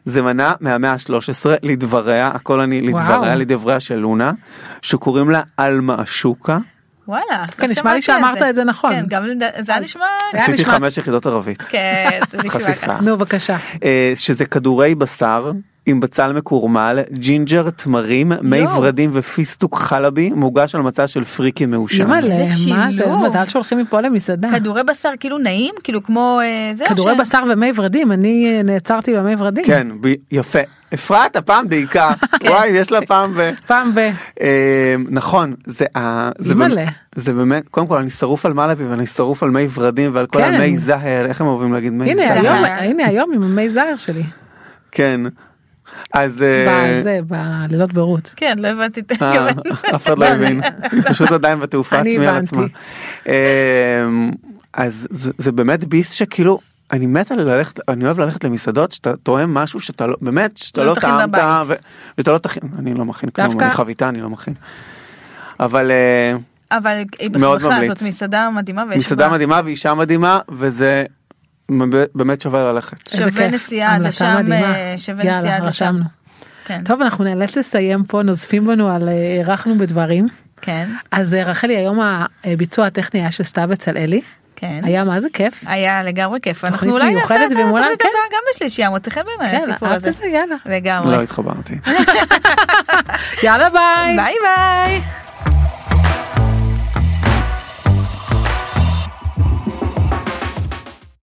[SPEAKER 1] זה מנה מהמאה ה-13 לדבריה, הכל אני לדבריה,
[SPEAKER 3] וואו.
[SPEAKER 1] לדבריה של לונה, שקוראים לה עלמה אשוקה.
[SPEAKER 2] וואלה.
[SPEAKER 3] כן,
[SPEAKER 2] לא
[SPEAKER 3] נשמע לי
[SPEAKER 2] שמעתי על
[SPEAKER 3] שאמרת את זה נכון.
[SPEAKER 2] כן, גם לד- זה היה נשמע...
[SPEAKER 3] היה
[SPEAKER 1] עשיתי
[SPEAKER 3] נשמע-
[SPEAKER 1] חמש יחידות ערבית.
[SPEAKER 2] כן, זה נשמע
[SPEAKER 1] חשיפה.
[SPEAKER 2] ככה.
[SPEAKER 3] נו בבקשה.
[SPEAKER 1] אה, שזה כדורי בשר עם בצל מקורמל, ג'ינג'ר, תמרים, מי
[SPEAKER 2] יואו.
[SPEAKER 1] ורדים ופיסטוק חלבי, מוגש על מצע של פריקי מעושן.
[SPEAKER 3] אימא'לה,
[SPEAKER 2] איזה
[SPEAKER 3] מה זה?
[SPEAKER 2] שילוב.
[SPEAKER 3] מזל שהולכים מפה למסעדה.
[SPEAKER 2] כדורי בשר כאילו נעים? כאילו כמו... אה, זה או
[SPEAKER 3] כדורי
[SPEAKER 2] ש-
[SPEAKER 3] בשר ומי ורדים, אני אה, נעצרתי במי ורדים.
[SPEAKER 1] כן, ב- יפה. אפרת הפעם דייקה,
[SPEAKER 3] כן.
[SPEAKER 1] וואי, יש לה פעם ב...
[SPEAKER 3] פעם ב...
[SPEAKER 1] אה, נכון זה ה- זה
[SPEAKER 3] אימא'לה.
[SPEAKER 1] באמת- זה באמת קודם כל אני שרוף על מלאבי ואני שרוף על מי ורדים ועל כל
[SPEAKER 3] כן.
[SPEAKER 1] המי זהר איך הם אוהבים להגיד מי
[SPEAKER 3] הנה
[SPEAKER 1] זהר.
[SPEAKER 3] היום, הנה היום עם המי זר שלי.
[SPEAKER 1] כן. אז אה,
[SPEAKER 3] בזה, בלילות ברות.
[SPEAKER 2] כן, לא הבנתי את
[SPEAKER 1] אה,
[SPEAKER 2] הכוונה.
[SPEAKER 1] אף אחד לא הבין, היא פשוט עדיין בתעופה
[SPEAKER 3] אני
[SPEAKER 1] עצמי על
[SPEAKER 3] הבנתי.
[SPEAKER 1] עצמה. אמ, אז זה זה באמת ביס שכאילו אני מת על ללכת, אני אוהב ללכת למסעדות שאתה טועם משהו שאתה לא, באמת, שאתה
[SPEAKER 2] לא
[SPEAKER 1] לא
[SPEAKER 2] תכין
[SPEAKER 1] טעמת,
[SPEAKER 2] בבית.
[SPEAKER 1] ו- ואתה לא תכין, אני לא מכין כלום,
[SPEAKER 3] דווקא-
[SPEAKER 1] אני חביתה, אני לא מכין. אבל אה,
[SPEAKER 2] אבל היא
[SPEAKER 1] מאוד
[SPEAKER 2] בכלל
[SPEAKER 1] ממליץ.
[SPEAKER 2] זאת מסעדה מדהימה. ויש
[SPEAKER 1] מסעדה
[SPEAKER 2] בה-
[SPEAKER 1] מדהימה ואישה מדהימה, וזה מב- באמת שווה ללכת.
[SPEAKER 3] איזה
[SPEAKER 2] שווה
[SPEAKER 3] כיף.
[SPEAKER 2] נסיעה עד
[SPEAKER 3] המלצה
[SPEAKER 2] לשם,
[SPEAKER 3] מדהימה.
[SPEAKER 2] אה, שווה נסיעה
[SPEAKER 3] יאללה,
[SPEAKER 2] עד לשם.
[SPEAKER 3] רשמנו.
[SPEAKER 2] כן.
[SPEAKER 3] טוב, אנחנו נאלץ לסיים פה, נוזפים בנו על אה, אירחנו בדברים.
[SPEAKER 2] כן.
[SPEAKER 3] אז אה, רחלי, היום הביצוע הטכני היה של סתיו בצלאלי.
[SPEAKER 2] כן.
[SPEAKER 3] היה מה זה כיף.
[SPEAKER 2] היה לגמרי כיף. אנחנו
[SPEAKER 3] תוכנית
[SPEAKER 2] אולי נעשה את
[SPEAKER 3] מיוחדת ומולה,
[SPEAKER 2] התוכנית
[SPEAKER 3] כן.
[SPEAKER 2] הבאה גם בשלישייה, מוצא חן בעיניי
[SPEAKER 3] כן,
[SPEAKER 2] הסיפור
[SPEAKER 3] אהבת
[SPEAKER 2] הזה.
[SPEAKER 3] את זה? יאללה.
[SPEAKER 2] לגמרי.
[SPEAKER 1] לא התחברתי.
[SPEAKER 3] יאללה ביי.
[SPEAKER 2] ביי ביי.